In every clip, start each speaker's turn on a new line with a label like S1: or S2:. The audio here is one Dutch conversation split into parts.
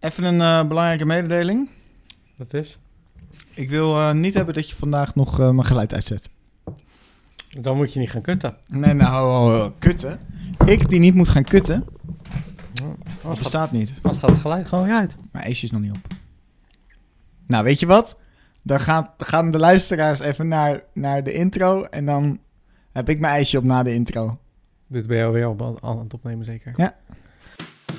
S1: Even een eh, belangrijke mededeling.
S2: Dat is.
S1: Ik wil eh, niet hebben dat je vandaag nog eh, mijn geluid uitzet.
S2: Dan moet je niet gaan kutten.
S1: Nee, nou, oh, oh, kutten. Ik die niet moet gaan kutten, dat
S2: Anders gaat,
S1: bestaat niet.
S2: anders gaat het gelijk gewoon weer uit.
S1: Maar Ace is nog niet op. Nou, weet je wat? Dan gaan, gaan de luisteraars even naar, naar de intro en dan heb ik mijn ijsje op na de intro.
S2: Dit ben je alweer op, aan, aan het opnemen zeker.
S1: Ja.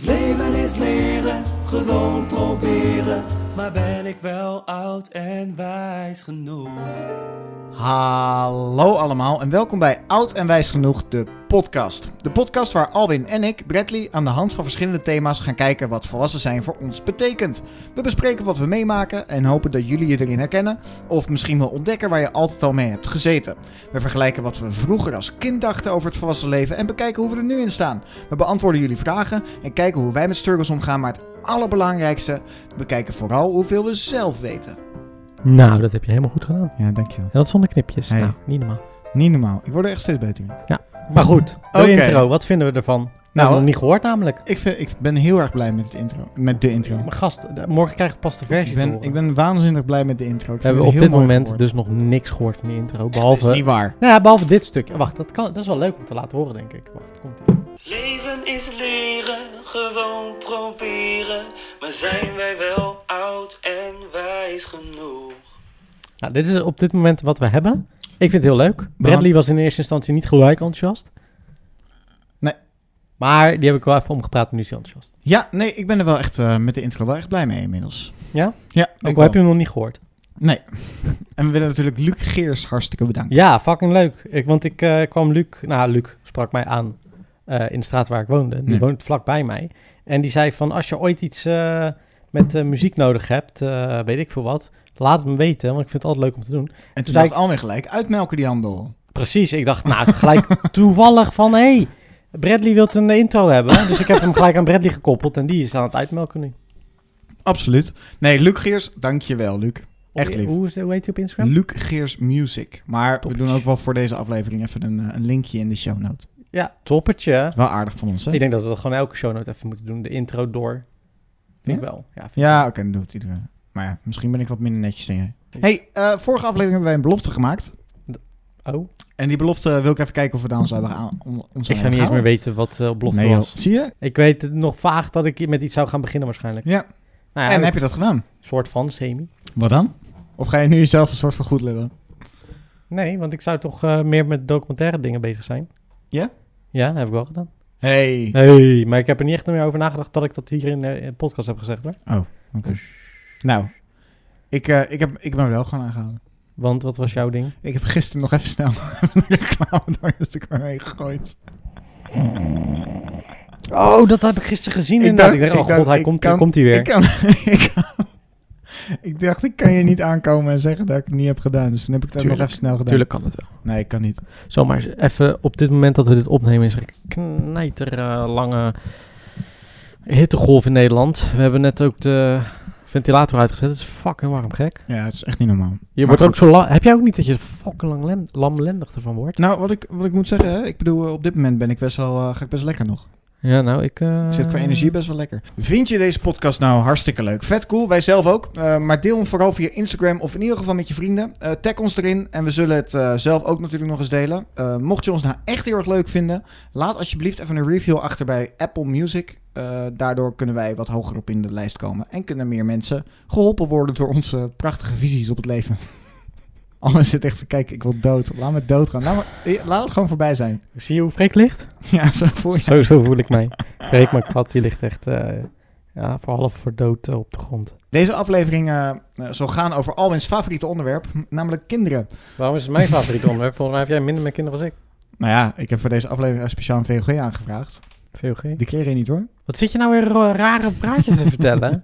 S3: Leven is leren, gewoon proberen. Maar ben ik wel oud en wijs genoeg?
S1: Hallo allemaal en welkom bij Oud en Wijs Genoeg, de podcast. De podcast waar Alwin en ik, Bradley, aan de hand van verschillende thema's gaan kijken wat volwassen zijn voor ons betekent. We bespreken wat we meemaken en hopen dat jullie je erin herkennen of misschien wel ontdekken waar je altijd al mee hebt gezeten. We vergelijken wat we vroeger als kind dachten over het volwassen leven en bekijken hoe we er nu in staan. We beantwoorden jullie vragen en kijken hoe wij met struggles omgaan, maar het allerbelangrijkste, we bekijken vooral hoeveel we zelf weten.
S2: Nou, dat heb je helemaal goed gedaan.
S1: Ja, dankjewel.
S2: En dat zonder knipjes.
S1: Hey.
S2: Nou, niet normaal.
S1: Niet normaal. Ik word er echt steeds beter in.
S2: Maar goed, de
S1: Oké.
S2: intro. Wat vinden we ervan? Nou, we hebben
S1: Nou,
S2: nog niet gehoord namelijk.
S1: Ik, vind, ik ben heel erg blij met, het intro, met de intro.
S2: Maar gast, de- morgen krijgen we pas de versie
S1: Ik
S2: te
S1: ben,
S2: horen.
S1: ik ben waanzinnig blij met de intro. Ik
S2: we hebben
S1: vind
S2: op
S1: het heel
S2: dit
S1: mooi
S2: moment
S1: geworden.
S2: dus nog niks gehoord van die intro.
S1: Echt,
S2: Behalve,
S1: dat is niet waar.
S2: Nou ja, behalve dit stuk. Wacht, dat, kan, dat is wel leuk om te laten horen denk ik. Wacht, komt ie.
S3: Leven is leren, gewoon proberen. Maar zijn wij wel oud en wijs genoeg?
S2: Nou, dit is op dit moment wat we hebben. Ik vind het heel leuk. Bradley was in eerste instantie niet gelijk enthousiast.
S1: Nee.
S2: Maar die heb ik wel even omgepraat en nu is hij enthousiast.
S1: Ja, nee, ik ben er wel echt eh, met de intro wel echt blij mee inmiddels.
S2: Ja?
S1: Ja,
S2: Ook
S1: ik
S2: al
S1: wel.
S2: heb je hem nog niet gehoord.
S1: Nee. en we willen natuurlijk Luc Geers hartstikke bedanken.
S2: Ja, fucking leuk. Ik, want ik eh, kwam Luc... Nou, Luc sprak mij aan eh, in de straat waar ik woonde. Die
S1: Ja.
S2: woont vlakbij mij. En die zei van, als je ooit iets eh, met eh, muziek nodig hebt, eh, weet ik veel wat, laat het me weten, want ik vind het altijd leuk om te doen.
S1: En toen
S2: Zei
S1: dacht
S2: ik-
S1: ik alweer gelijk, uitmelken die handel.
S2: Precies, ik dacht, nou, gelijk toevallig van, hé, hey, Bradley wilt een intro hebben. Dus ik heb hem gelijk aan Bradley gekoppeld en die is aan het uitmelken nu.
S1: Absoluut. Nee, Luc Geers, dankjewel Luc. Echt lief.
S2: Hoe, hoe, is- hoe heet hij op Instagram?
S1: Luc Geers Music. Maar
S2: Toppie.
S1: we doen ook wel voor deze aflevering even een, eh, een linkje in de show note.
S2: ja, toppertje.
S1: Wel aardig van ons, hè?
S2: Ik denk dat we dat gewoon elke show note even moeten doen, de intro door. Vind ik wel. Ja, vind ik
S1: Ja, oké, dan doet iedereen. Maar ja, misschien ben ik wat minder netjes dan jij. hey, eh, vorige aflevering hebben wij een belofte gemaakt.
S2: wel. Oh,
S1: En die belofte wil ik even kijken of we daar ons hebben aan. om- ons
S2: ik zou niet eens meer weten wat eh belofte
S1: nee, joh.
S2: was.
S1: Zie je?
S2: Ik weet het nog vaag dat ik met iets zou gaan beginnen waarschijnlijk.
S1: Ja.
S2: Nou ja,
S1: en
S2: een
S1: heb je dat gedaan?
S2: soort van, semi.
S1: Wat dan? Of ga je nu jezelf een soort van goed lullen?
S2: Nee, want ik zou toch eh, meer met documentaire dingen bezig zijn.
S1: Ja?
S2: Ja, heb ik wel gedaan.
S1: Hey.
S2: Nee, maar ik heb er niet echt meer over nagedacht dat ik dat hier in eh, in de podcast heb gezegd hoor.
S1: Oké. Nou, ik, eh, ik, heb, ik ben wel gewoon aangehouden.
S2: Want wat was jouw ding?
S1: Ik heb gisteren nog even snel een reclame door Instagram heen gegooid.
S2: Oh, dat heb ik gisteren gezien
S1: Ik
S2: inderdaad.
S1: dacht-
S2: ik dacht,
S1: ik
S2: oh god,
S1: dacht,
S2: hij
S1: ik
S2: komt,
S1: kan-
S2: komt hij weer.
S1: Ik, kan, ik, kan- ik dacht, ik kan je niet aankomen en zeggen dat ik het niet heb gedaan. Dus toen heb ik dat nog
S2: Tuurlijk.
S1: even snel gedaan.
S2: Tuurlijk kan het wel.
S1: Nee, ik kan niet.
S2: Zomaar eens even op dit moment dat we dit opnemen is er een knijter eh, lange hittegolf in Nederland. We hebben net ook de ventilator uitgezet. Het is fucking warm gek.
S1: Ja, het is echt niet normaal.
S2: Je
S1: Maar
S2: wordt ook
S1: goed.
S2: zo la- Heb jij ook niet dat je fucking lang lem- lamlendig ervan wordt?
S1: Nou, wat ik, wat ik moet zeggen, hè, ik bedoel, eh, op dit moment ben ik best wel, eh, ga ik best lekker nog.
S2: Ja, nou ik... eh,
S1: Ik zit qua energie best wel lekker. Vind je deze podcast nou hartstikke leuk? Vet cool, wij zelf ook. Eh, maar deel hem vooral via Instagram of in ieder geval met je vrienden. Eh, tag ons erin en we zullen het eh, zelf ook natuurlijk nog eens delen. Eh, mocht je ons nou echt heel erg leuk vinden, laat alsjeblieft even een review achter bij Apple Music. Eh, daardoor kunnen wij wat hoger op in de lijst komen. En kunnen meer mensen geholpen worden door onze prachtige visies op het leven. Anders zit echt van, kijk, ik wil dood. Laat me dood gaan. Laat, me, eh,
S2: Oh.
S1: laat het gewoon voorbij zijn.
S2: Zie je hoe Freek ligt?
S1: Ja, zo voel je.
S2: Zo, zo voel ik mij. Freek, mijn kat, die ligt echt eh, ja, voor half voor dood eh, op de grond.
S1: Deze aflevering eh, eh, zal gaan over Alwin's favoriete onderwerp, namelijk kinderen.
S2: Waarom is het mijn favoriet onderwerp? Volgens mij heb jij minder met kinderen dan ik.
S1: Nou ja, ik heb voor deze aflevering speciaal een VOG aangevraagd.
S2: VOG.
S1: Die kreeg je niet hoor.
S2: Wat zit je nou weer eh, rare praatjes te vertellen?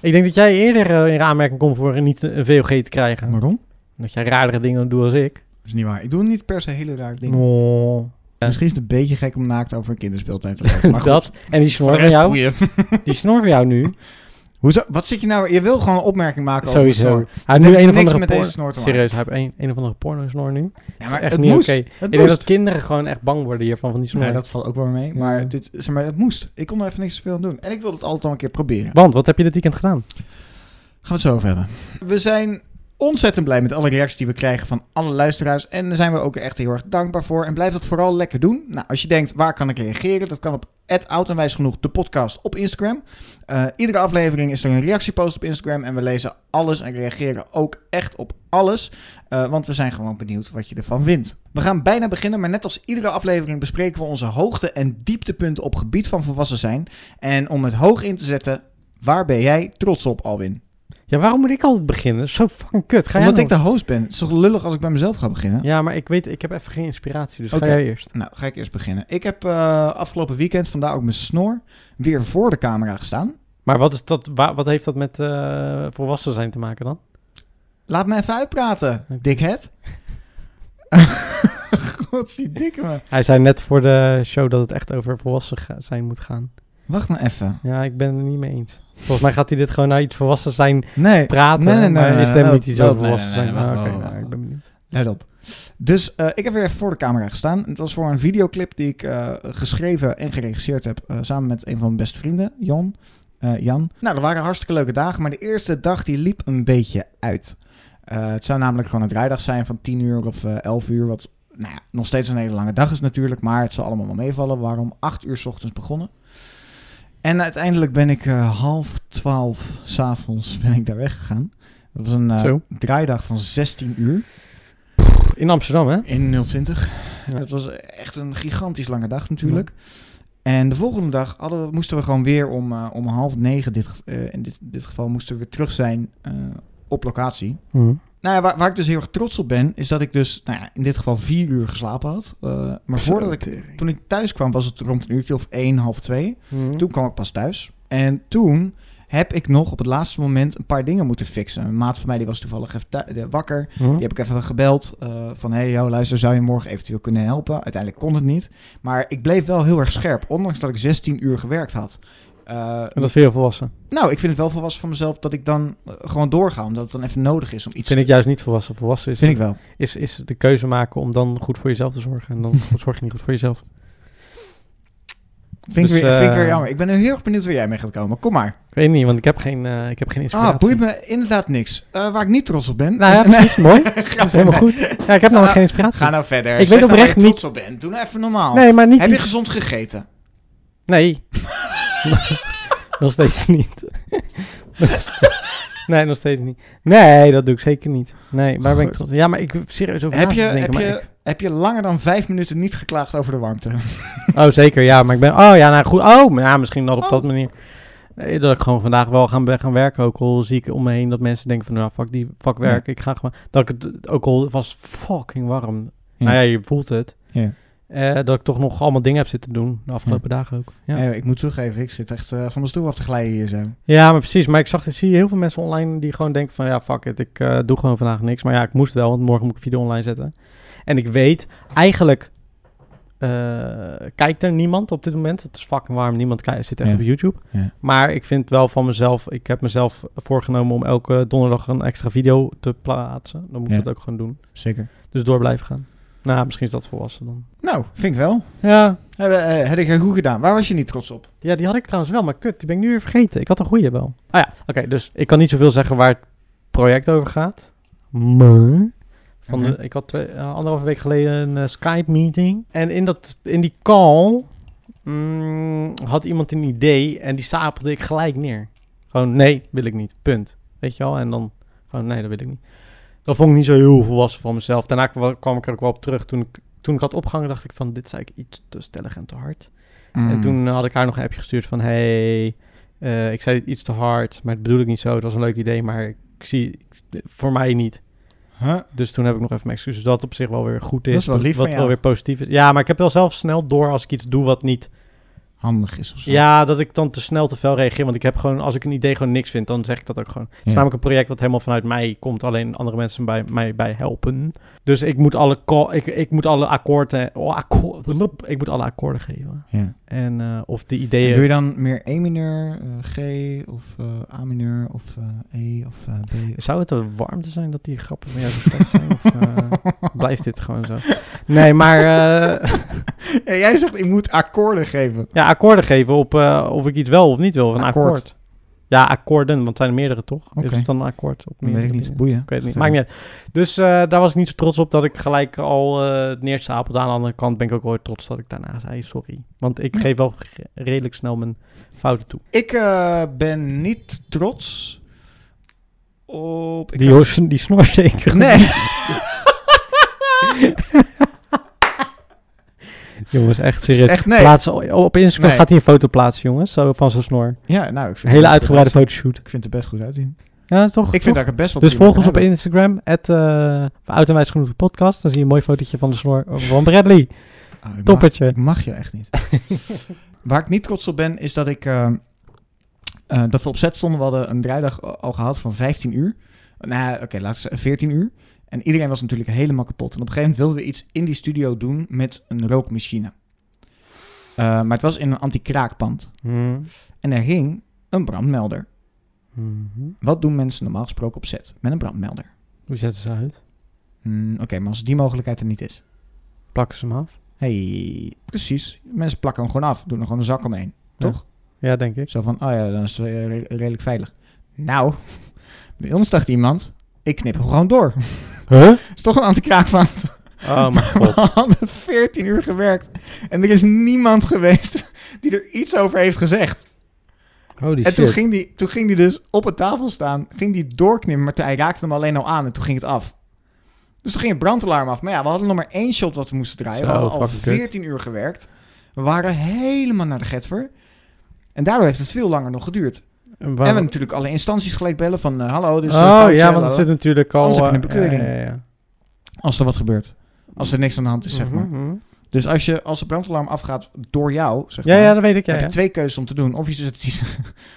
S2: Ik denk dat jij eerder eh, in aanmerking komt voor niet een een VOG te krijgen.
S1: Waarom?
S2: Dat jij raardere dingen doet als ik.
S1: Dat is niet waar. Ik doe niet per se hele raar dingen.
S2: Oh, Ja.
S1: Misschien is het een beetje gek om naakt over een kinderspeeltijd te lopen. Maar goed,
S2: dat. En die
S1: voor
S2: snor
S1: de
S2: van
S1: rest
S2: jou.
S1: boeien.
S2: Die snor van jou nu.
S1: Hoezo? Wat zit je nou? Je wil gewoon een opmerking maken over
S2: Sowieso.
S1: mijn snor.
S2: Hij heeft nu
S1: Dit
S2: een
S1: heeft
S2: of
S1: niks
S2: andere
S1: met
S2: porno-
S1: deze snor te maken.
S2: Serieus, hij heeft een, een of andere porno-snor nu.
S1: Ja,
S2: dat
S1: maar
S2: is echt
S1: het
S2: niet
S1: moest.
S2: oké.
S1: Het
S2: Ik denk dat
S1: moest.
S2: kinderen gewoon echt bang worden hiervan, van die snor.
S1: Nee, dat valt ook wel mee.
S2: Ja.
S1: Maar, dit, zeg maar het moest. Ik kon er even niks veel aan doen. En ik wilde het altijd al een keer proberen.
S2: Want, wat heb je dit weekend gedaan?
S1: Gaan we het zo over hebben. We zijn ontzettend blij met alle reacties die we krijgen van alle luisteraars. En daar zijn we ook echt heel erg dankbaar voor. En blijf dat vooral lekker doen. Nou, als je denkt, waar kan ik reageren? Dat kan op @oudenwijsgenoeg genoeg, de podcast op Instagram. Eh, iedere aflevering is er een reactiepost op Instagram. En we lezen alles en reageren ook echt op alles. Eh, want we zijn gewoon benieuwd wat je ervan vindt. We gaan bijna beginnen, maar net als iedere aflevering bespreken we onze hoogte- en dieptepunten op gebied van volwassen zijn. En om het hoog in te zetten, waar ben jij trots op, Alwin?
S2: Ja, waarom moet ik altijd beginnen? Zo fucking kut. Ga jij
S1: Omdat ik de
S2: dan-
S1: host ben. Het is toch lullig als ik bij mezelf ga beginnen?
S2: Ja, maar ik weet, ik heb even geen inspiratie, dus
S1: Oké.
S2: ga jij eerst.
S1: Nou, ga ik eerst beginnen. Ik heb eh, afgelopen weekend, vandaar ook mijn snor, weer voor de camera gestaan.
S2: Maar wat, is dat, wa- wat heeft dat met eh, volwassen zijn te maken dan?
S1: Laat me even uitpraten,
S2: Oké.
S1: dickhead. God, die dikke me.
S2: Hij zei net voor de show dat het echt over volwassen ga- zijn moet gaan.
S1: Wacht nou even.
S2: Ja, ik ben het er niet mee eens. Volgens mij gaat hij dit gewoon naar iets volwassen zijn
S1: Nee,
S2: praten.
S1: Nee, nee, nee,
S2: maar
S1: nee,
S2: is het
S1: nee,
S2: hem
S1: nee,
S2: niet iets
S1: nee,
S2: over
S1: nee,
S2: volwassen
S1: nee, nee,
S2: zijn?
S1: wacht,
S2: Ah, Oké,
S1: wacht, wacht,
S2: nou, ik ben benieuwd.
S1: let op. Dus eh, ik heb weer even voor de camera gestaan. Het was voor een videoclip die ik eh, geschreven en geregisseerd heb eh, samen met een van mijn beste vrienden, Jon. Eh, Jan. Nou, dat waren hartstikke leuke dagen, maar de eerste dag die liep een beetje uit. Eh, het zou namelijk gewoon een draaidag zijn van 10 uur of eh 11 uur, wat nou ja, nog steeds een hele lange dag is natuurlijk, maar het zal allemaal wel meevallen. We waren om 8 uur 's ochtends begonnen. En uiteindelijk ben ik eh, half 12 s'avonds ben ik daar weggegaan. Dat was een eh,
S2: Zo.
S1: draaidag van 16 uur.
S2: In Amsterdam, hè?
S1: In 020.
S2: Ja.
S1: Dat was echt een gigantisch lange dag natuurlijk. En de volgende dag hadden we, moesten we gewoon weer om, eh, om half negen, dit, ge- eh, in dit, dit geval, moesten we weer terug zijn eh, op locatie.
S2: Mhm.
S1: Nou ja, waar, waar ik dus heel erg trots op ben, is dat ik dus nou ja, in dit geval vier uur geslapen had. Eh, maar voordat ik, toen ik thuis kwam, was het rond een uurtje of één, half twee.
S2: Mhm. Hm.
S1: Toen kwam ik pas thuis. En toen heb ik nog op het laatste moment een paar dingen moeten fixen. Een maat van mij die was toevallig even thu- eh, wakker.
S2: Mhm.
S1: Die heb ik even gebeld eh, van, hey yo, luister, zou je morgen eventueel kunnen helpen? Uiteindelijk kon het niet. Maar ik bleef wel heel erg scherp, ondanks dat ik 16 uur gewerkt had. Eh,
S2: En dat vind je volwassen?
S1: nou, ik vind het wel volwassen van mezelf dat ik dan eh, gewoon doorga, omdat het dan even nodig is om iets
S2: Vind ik juist niet volwassen. Volwassen is,
S1: Vind ik wel.
S2: is, is de keuze maken om dan goed voor jezelf te zorgen. En dan zorg je niet goed voor jezelf.
S1: Vind,
S2: Dus,
S1: ik weer, vind ik weer
S2: eh,
S1: jammer. Ik ben heel erg benieuwd waar jij mee gaat komen. Kom maar.
S2: Ik weet niet, want ik heb geen, eh, ik heb geen inspiratie.
S1: Ah, boeit me inderdaad niks. Eh, waar ik niet trots op ben.
S2: Nou ja,
S1: is- Nee,
S2: precies. Mooi. Dat is helemaal goed. Ja, ik heb nog
S1: Ah,
S2: geen inspiratie.
S1: Ga nou verder.
S2: Ik weet
S1: Zeg nou
S2: oprecht
S1: waar je
S2: niet-
S1: trots op bent. Doe nou even normaal.
S2: Nee, maar niet...
S1: Heb je
S2: iets-
S1: gezond gegeten?
S2: Nee. nog steeds niet. nee, nog steeds niet. Nee, dat doe ik zeker niet. Nee, waar ben ik
S1: Goed.
S2: trots op? Ja, maar ik heb serieus over
S1: Heb
S2: na
S1: je,
S2: te denken,
S1: heb,
S2: maar
S1: je, heb je langer dan vijf minuten niet geklaagd over de warmte?
S2: ik- Oh, zeker, ja. Maar ik ben... Oh, ja, nou goed. Oh, maar ja, misschien dat op
S1: Oh.
S2: dat manier... Nee, dat ik gewoon vandaag wel gaan, ben gaan werken. Ook al zie ik om me heen dat mensen denken van... Nou, fuck die, fuck werk. Ik ga gewoon... Dat ik het... Ook al was fucking warm.
S1: Ja.
S2: Nou ja, je voelt het.
S1: Ja.
S2: Eh, dat ik toch nog allemaal dingen heb zitten doen. De afgelopen dagen ook. Ja.
S1: Nee, Eh, ik moet toegeven, ik zit echt eh, van mijn stoel af te glijden hier zo.
S2: Ja, maar precies. Maar ik zag, ik zie heel veel mensen online die gewoon denken van... ja, fuck it, ik eh, doe gewoon vandaag niks. Maar ja, ik moest wel, want morgen moet ik een video online zetten. En ik weet, eigenlijk eh, kijkt er niemand op dit moment. Het is fucking warm, niemand kijkt, zit echt
S1: Ja.
S2: op YouTube.
S1: Ja.
S2: Maar ik vind wel van mezelf... ik heb mezelf voorgenomen om elke donderdag een extra video te plaatsen. Dan moet
S1: Ja.
S2: ik dat ook gewoon doen.
S1: Zeker.
S2: Dus door blijven gaan. Nou, misschien is dat volwassen dan.
S1: Nou, vind ik wel.
S2: Ja.
S1: Heb, eh, heb ik heel goed gedaan. Waar was je niet trots op?
S2: ja, die had ik trouwens wel, maar kut, die ben ik nu weer vergeten. Ik had een goede wel. Ah ja, oké, dus ik kan niet zoveel zeggen waar het project over gaat. Maar... Van de-
S1: Oké.
S2: ik had twee, eh, anderhalve week geleden een eh, Skype-meeting. En in, dat, in die call mm, had iemand een idee en die stapelde ik gelijk neer. Gewoon, nee, wil ik niet. Punt. Weet je wel? En dan gewoon, nee, dat wil ik niet. Dat vond ik niet zo heel volwassen van mezelf. Daarna kwa- kwam ik er ook wel op terug. Toen ik, toen ik had opgehangen, dacht ik van, dit zei ik iets te stellig en te hard. En
S1: Mm.
S2: toen had ik haar nog een appje gestuurd van... hey, eh, ik zei dit iets te hard, maar dat bedoel ik niet zo. Het was een leuk idee, maar ik zie... Voor mij niet.
S1: Huh?
S2: Dus toen heb ik nog even mijn excuses. Dat op zich wel weer goed is.
S1: Dat is wel lief
S2: Wat
S1: van
S2: wel
S1: jou.
S2: weer positief is. Ja, maar ik heb wel zelf snel door als ik iets doe wat niet
S1: handig is of zo.
S2: Ja, dat ik dan te snel te fel reageer. Want ik heb gewoon, als ik een idee gewoon niks vind, dan zeg ik dat ook gewoon. Het
S1: Ja.
S2: is namelijk een project wat helemaal vanuit mij komt. Alleen andere mensen bij mij bij helpen. Dus ik moet alle, ko- ik, ik moet alle akkoorden. Oh, akkoord, blup, ik moet alle akkoorden geven.
S1: Ja.
S2: En eh, of de
S1: En
S2: ideeën.
S1: Doe je dan meer E mineur, eh, G of eh, A mineur of eh, E of eh, B?
S2: Zou het de warmte zijn dat die grappen van jou zo slecht zijn? Of eh, blijft dit gewoon zo? Nee, maar eh,
S1: Ja, jij zegt ik moet akkoorden geven.
S2: ja, akkoorden geven op eh, of ik iets wel of niet wil. Of een akkoord.
S1: Akkoord.
S2: Ja, akkoorden, want het zijn er meerdere toch? Is
S1: Oké.
S2: het dan een akkoord? Op
S1: Dat weet ik
S2: meerdere
S1: niet.
S2: dingen?
S1: Boeien.
S2: Ik weet het niet. Maakt niet uit. Dus eh, daar was ik niet zo trots op dat ik gelijk al eh, het neerstapelde. Aan de andere kant ben ik ook wel trots dat ik daarna zei sorry. Want ik
S1: Ja.
S2: geef wel ge- redelijk snel mijn fouten toe.
S1: Ik eh, ben niet trots op... ik
S2: Die,
S1: heb-
S2: hoor- die snor zeker.
S1: Nee.
S2: Jongens, echt serieus.
S1: Echt nee.
S2: Plaats, op Instagram
S1: Nee.
S2: gaat hij een foto plaatsen, jongens. Zo van zijn snor.
S1: Ja, nou, ik vind
S2: Een hele
S1: het
S2: uitgebreide
S1: best-
S2: fotoshoot.
S1: Ik vind het er best goed uitzien.
S2: Ja, toch?
S1: Ik vind dat ik het best wel
S2: dus
S1: prima
S2: volg ons op
S1: kan
S2: Instagram, at, eh, Oud en Wijs Genoeg de podcast. Dan zie je een mooi fotootje van de snor van Bradley.
S1: hebben. Ah, ik mag-
S2: Toppertje.
S1: Ik mag je echt niet. Waar ik niet trots op ben, is dat ik... eh, eh, dat we op set stonden, we hadden een draaidag al- al gehad van 15 uur. Nou, oké, laten we zeggen 14 uur. En iedereen was natuurlijk helemaal kapot. En op een gegeven moment wilden we iets in die studio doen met een rookmachine. Eh, maar het was in een anti-kraakpand. En er hing een brandmelder. Wat doen mensen normaal gesproken op set met een brandmelder?
S2: Hoe zetten ze uit?
S1: Hmm, Oké, maar als die mogelijkheid er niet is.
S2: Plakken ze hem af?
S1: hey, precies. Mensen plakken hem gewoon af. Doen er gewoon een zak omheen.
S2: Ja.
S1: Toch?
S2: Ja, denk ik.
S1: Zo van, oh ja, dan is het eh, re- redelijk veilig. Nou, bij ons dacht iemand, ik knip hem gewoon door.
S2: Huh?
S1: is toch een antikraakpand.
S2: Oh mijn
S1: We
S2: god.
S1: hadden 14 uur gewerkt. En er is niemand geweest die er iets over heeft gezegd.
S2: Holy
S1: en toen ging, die, toen ging die dus op een tafel staan, ging die doorknippen, maar toen- hij raakte hem alleen al aan en toen ging het af. Dus toen ging het brandalarm af. Maar ja, we hadden nog maar één shot wat we moesten draaien.
S2: Zo,
S1: we hadden al
S2: fucking kut.
S1: 14 uur gewerkt. We waren helemaal naar de getver. En daardoor heeft het veel langer nog geduurd.
S2: En
S1: En we
S2: waarom-
S1: natuurlijk alle instanties gelijk bellen van... eh, hallo, dit is eh,
S2: oh
S1: foutje,
S2: ja, want
S1: hallo.
S2: er zit natuurlijk al...
S1: Anders heb je een
S2: eh,
S1: bekeuring.
S2: Ja, ja, ja.
S1: Als er wat gebeurt. Als er niks aan de hand is, zeg maar.
S2: Mhm, mhm.
S1: Dus als, je, als het brandalarm afgaat door jou, zeg
S2: Ja,
S1: maar...
S2: ja, dat weet ik. Ja,
S1: heb je
S2: ja.
S1: twee keuzes om te doen. Of je zet, die,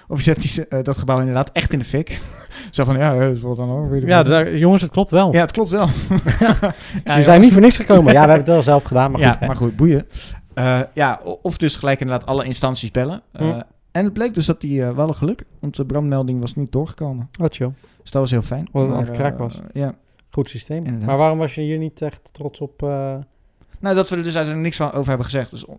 S1: of je zet die, eh, dat gebouw inderdaad echt in de fik. Zo van, ja, eh, wat dan ook. weet ik
S2: Ja,
S1: wel.
S2: daar- jongens, het klopt wel.
S1: ja, het klopt wel. ja,
S2: we zijn niet voor niks gekomen. Ja, we hebben het wel zelf gedaan, maar
S1: ja,
S2: goed. hè.
S1: maar goed, boeien. Eh, ja, o- of dus gelijk inderdaad alle instanties bellen. Eh,
S2: Hm.
S1: En het bleek dus dat die eh, wel een geluk, want de brandmelding was niet doorgekomen.
S2: Wat chill.
S1: Dus dat was heel fijn.
S2: Omdat het
S1: Maar,
S2: aan het kraak
S1: eh,
S2: was.
S1: Ja.
S2: Goed systeem.
S1: Inderdaad.
S2: Maar waarom was je hier niet echt trots op? eh,
S1: Nou, dat we er dus eigenlijk niks van over hebben gezegd. Dus on-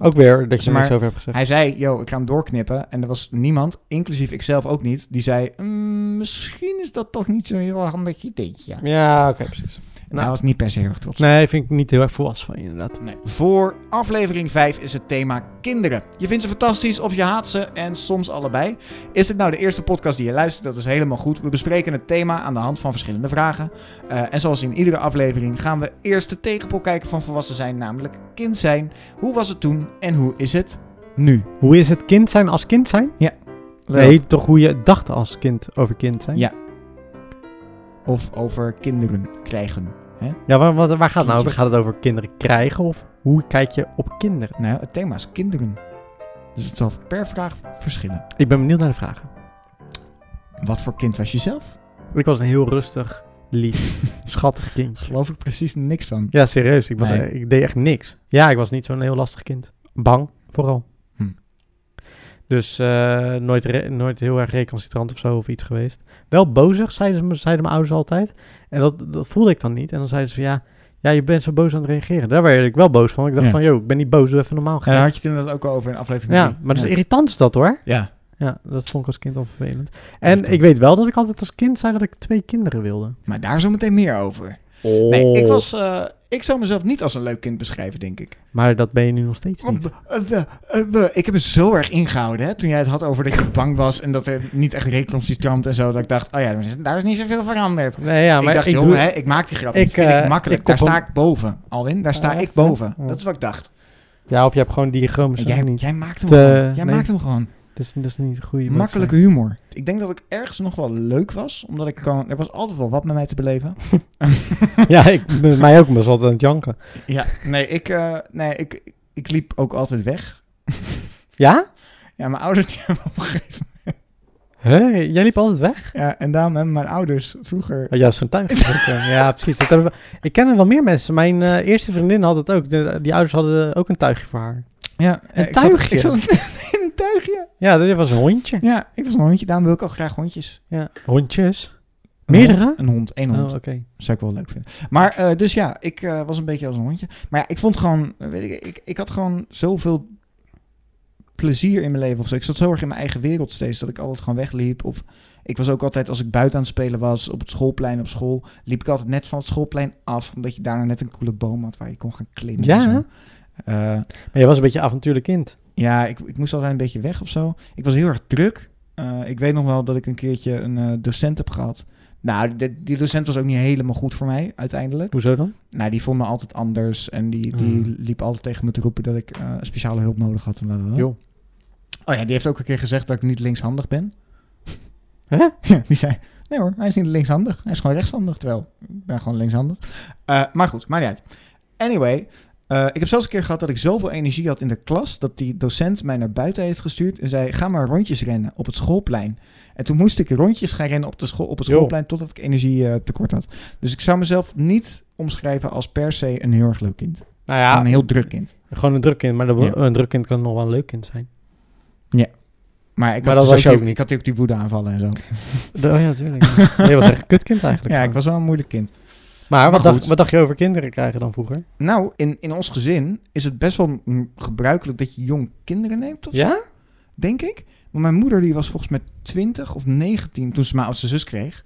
S2: Ook weer dat je er
S1: Maar
S2: niks over hebt gezegd.
S1: hij zei, yo, ik ga hem doorknippen. En er was niemand, inclusief ikzelf ook niet, die zei... "Mm, misschien is dat toch niet zo'n heel handig ideetje. En
S2: Ja, oké, precies. Nou.
S1: Hij was niet per se heel erg trots.
S2: Nee, vind ik niet heel erg volwassen van je, inderdaad.
S1: Nee. Voor aflevering 5 is het thema kinderen. Je vindt ze fantastisch of je haat ze en soms allebei. Is dit nou de eerste podcast die je luistert? Dat is helemaal goed. We bespreken het thema aan de hand van verschillende vragen. Eh, en zoals in iedere aflevering gaan we eerst de tegenpool kijken van volwassen zijn, namelijk kind zijn. Hoe was het toen en hoe is het nu?
S2: Hoe is het kind zijn als kind zijn? Nee, toch hoe je dacht als kind over kind zijn?
S1: Ja. Of over kinderen krijgen.
S2: Ja, waar, waar, waar gaat het nou over? Gaat het over kinderen krijgen of hoe kijk je op kinderen?
S1: Nou, het thema is kinderen. Dus het zal per vraag verschillen.
S2: Ik ben benieuwd naar de vragen.
S1: Wat voor kind was je zelf?
S2: Ik was een heel rustig, lief, schattig kind.
S1: Geloof ik precies niks van.
S2: Ja, serieus. Ik, was, eh,
S1: Nee.
S2: ik deed echt niks. Ja, ik was niet zo'n heel lastig kind. Bang, vooral.
S1: Hm.
S2: Dus eh, nooit, re- nooit heel erg recalcitrant of zo of iets geweest. Wel bozig, zeiden, ze, me- zeiden mijn ouders altijd. En dat, dat voelde ik dan niet. En dan zeiden ze van, ja, ja, je bent zo boos aan het reageren. Daar werd ik wel boos van. Ik dacht
S1: Ja.
S2: van, joh, ik ben niet boos, doe even normaal.
S1: Ja,
S2: gek.
S1: daar had je het inderdaad ook al over in aflevering
S2: ja,
S1: drie.
S2: maar dus dat is irritant is dat hoor.
S1: Ja.
S2: Ja, dat vond ik als kind al vervelend. En
S1: Irritant.
S2: ik weet wel dat ik altijd als kind zei dat ik twee kinderen wilde.
S1: Maar daar zo meteen meer over. Nee,
S2: Oh.
S1: ik, was, eh, ik zou mezelf niet als een leuk kind beschrijven, denk ik.
S2: Maar dat ben je nu nog steeds niet.
S1: Want eh, we- eh, we- ik heb me zo erg ingehouden, hè, toen jij het had over dat ik bang was en dat er niet echt recalcitrant en zo, dat ik dacht, oh ja, daar is- daar is niet zoveel veranderd.
S2: Nee, ja, maar
S1: ik dacht,
S2: ik
S1: joh,
S2: doe-
S1: hè, ik maak die grap
S2: ik,
S1: niet, vind ik
S2: eh,
S1: makkelijk.
S2: ik
S1: daar
S2: kom
S1: sta ik boven, Alwin, daar sta
S2: Oh,
S1: ik
S2: echt, hè?
S1: boven.
S2: Ja.
S1: Dat is wat ik dacht.
S2: Ja, of je hebt gewoon die
S1: En
S2: chromosomen
S1: jij,
S2: niet.
S1: jij maakt hem
S2: Te-
S1: gewoon. Jij
S2: nee.
S1: maakt hem gewoon.
S2: Dat is, dat is niet een goede
S1: Makkelijke humor. Ik denk dat ik ergens nog wel leuk was, omdat ik gewoon, er was altijd wel wat met mij te beleven.
S2: ja, ik, met mij ook, maar ze altijd aan het janken.
S1: Ja, nee, ik, eh, nee ik, ik liep ook altijd weg.
S2: Ja?
S1: Ja, mijn ouders die hebben opgegeven.
S2: Huh? Jij liep altijd weg?
S1: Ja, en daarom hebben mijn ouders vroeger...
S2: Oh, ja, zo'n tuin. ja, precies. Dat hebben we- Ik ken er wel meer mensen. Mijn eh, eerste vriendin had het ook. De- die ouders hadden ook een tuigje voor haar.
S1: Ja, eh,
S2: Een
S1: ik zat-
S2: tuigje?
S1: Ik zat, in een tuigje.
S2: Ja, dat was een hondje.
S1: Ja, ik was een hondje. Daarom wil ik ook graag hondjes.
S2: Ja. Hondjes?
S1: Een
S2: Meerdere?
S1: hond, een hond, één
S2: Oh,
S1: hond.
S2: oké.
S1: Zou ik wel leuk vinden. Maar eh, dus ja, ik eh, was een beetje als een hondje. Maar ja, ik vond gewoon, eh, weet ik, ik, ik had gewoon zoveel plezier in mijn leven of zo. Ik zat zo erg in mijn eigen wereld steeds dat ik altijd gewoon wegliep. Of ik was ook altijd, als ik buiten aan het spelen was, op het schoolplein op school, liep ik altijd net van het schoolplein af, omdat je daarna net een coole boom had waar je kon gaan klimmen.
S2: Ja,
S1: en
S2: hè?
S1: zo. Eh,
S2: Maar jij was een beetje een avontuurlijk kind.
S1: ja, ik, ik moest altijd een beetje weg of zo. Ik was heel erg druk. Eh, ik weet nog wel dat ik een keertje een eh, docent heb gehad. Nou, de- die docent was ook niet helemaal goed voor mij uiteindelijk.
S2: Hoezo dan?
S1: Nou, die vond me altijd anders. En die, die
S2: Mm.
S1: liep altijd tegen me te roepen dat ik eh, speciale hulp nodig had. En lalala.
S2: Joh.
S1: Oh ja, die heeft ook een keer gezegd dat ik niet linkshandig ben.
S2: Hè?
S1: Ja, die zei, nee hoor, hij is niet linkshandig. Hij is gewoon rechtshandig. Terwijl, ik ben gewoon linkshandig. Eh, maar goed, maakt niet uit. Anyway, eh, ik heb zelfs een keer gehad dat ik zoveel energie had in de klas... dat die docent mij naar buiten heeft gestuurd en zei... ga maar rondjes rennen op het schoolplein. En toen moest ik rondjes gaan rennen op, de school, op het
S2: Joh.
S1: schoolplein... totdat ik energie eh, tekort had. Dus ik zou mezelf niet omschrijven als per se een heel erg leuk kind.
S2: Nou
S1: Een
S2: ja,
S1: heel druk kind.
S2: gewoon een druk kind. Maar dat-
S1: Ja.
S2: een druk kind kan nog wel een leuk kind zijn.
S1: Maar, ik had
S2: Maar dat
S1: dus
S2: was je ook
S1: die-
S2: niet.
S1: Ik had ook die woede aanvallen en zo.
S2: De- oh ja, natuurlijk. Nee, wat echt een kutkind eigenlijk.
S1: Ja, ik was wel een moeilijk kind.
S2: Maar wat,
S1: Maar goed.
S2: dacht, wat dacht je over kinderen krijgen dan vroeger?
S1: Nou, in, in ons gezin is het best wel mm, gebruikelijk dat je jong kinderen neemt, of zo,
S2: Ja?
S1: denk ik. Maar mijn moeder die was volgens mij 20 of 19 toen ze mijn oudste zus kreeg.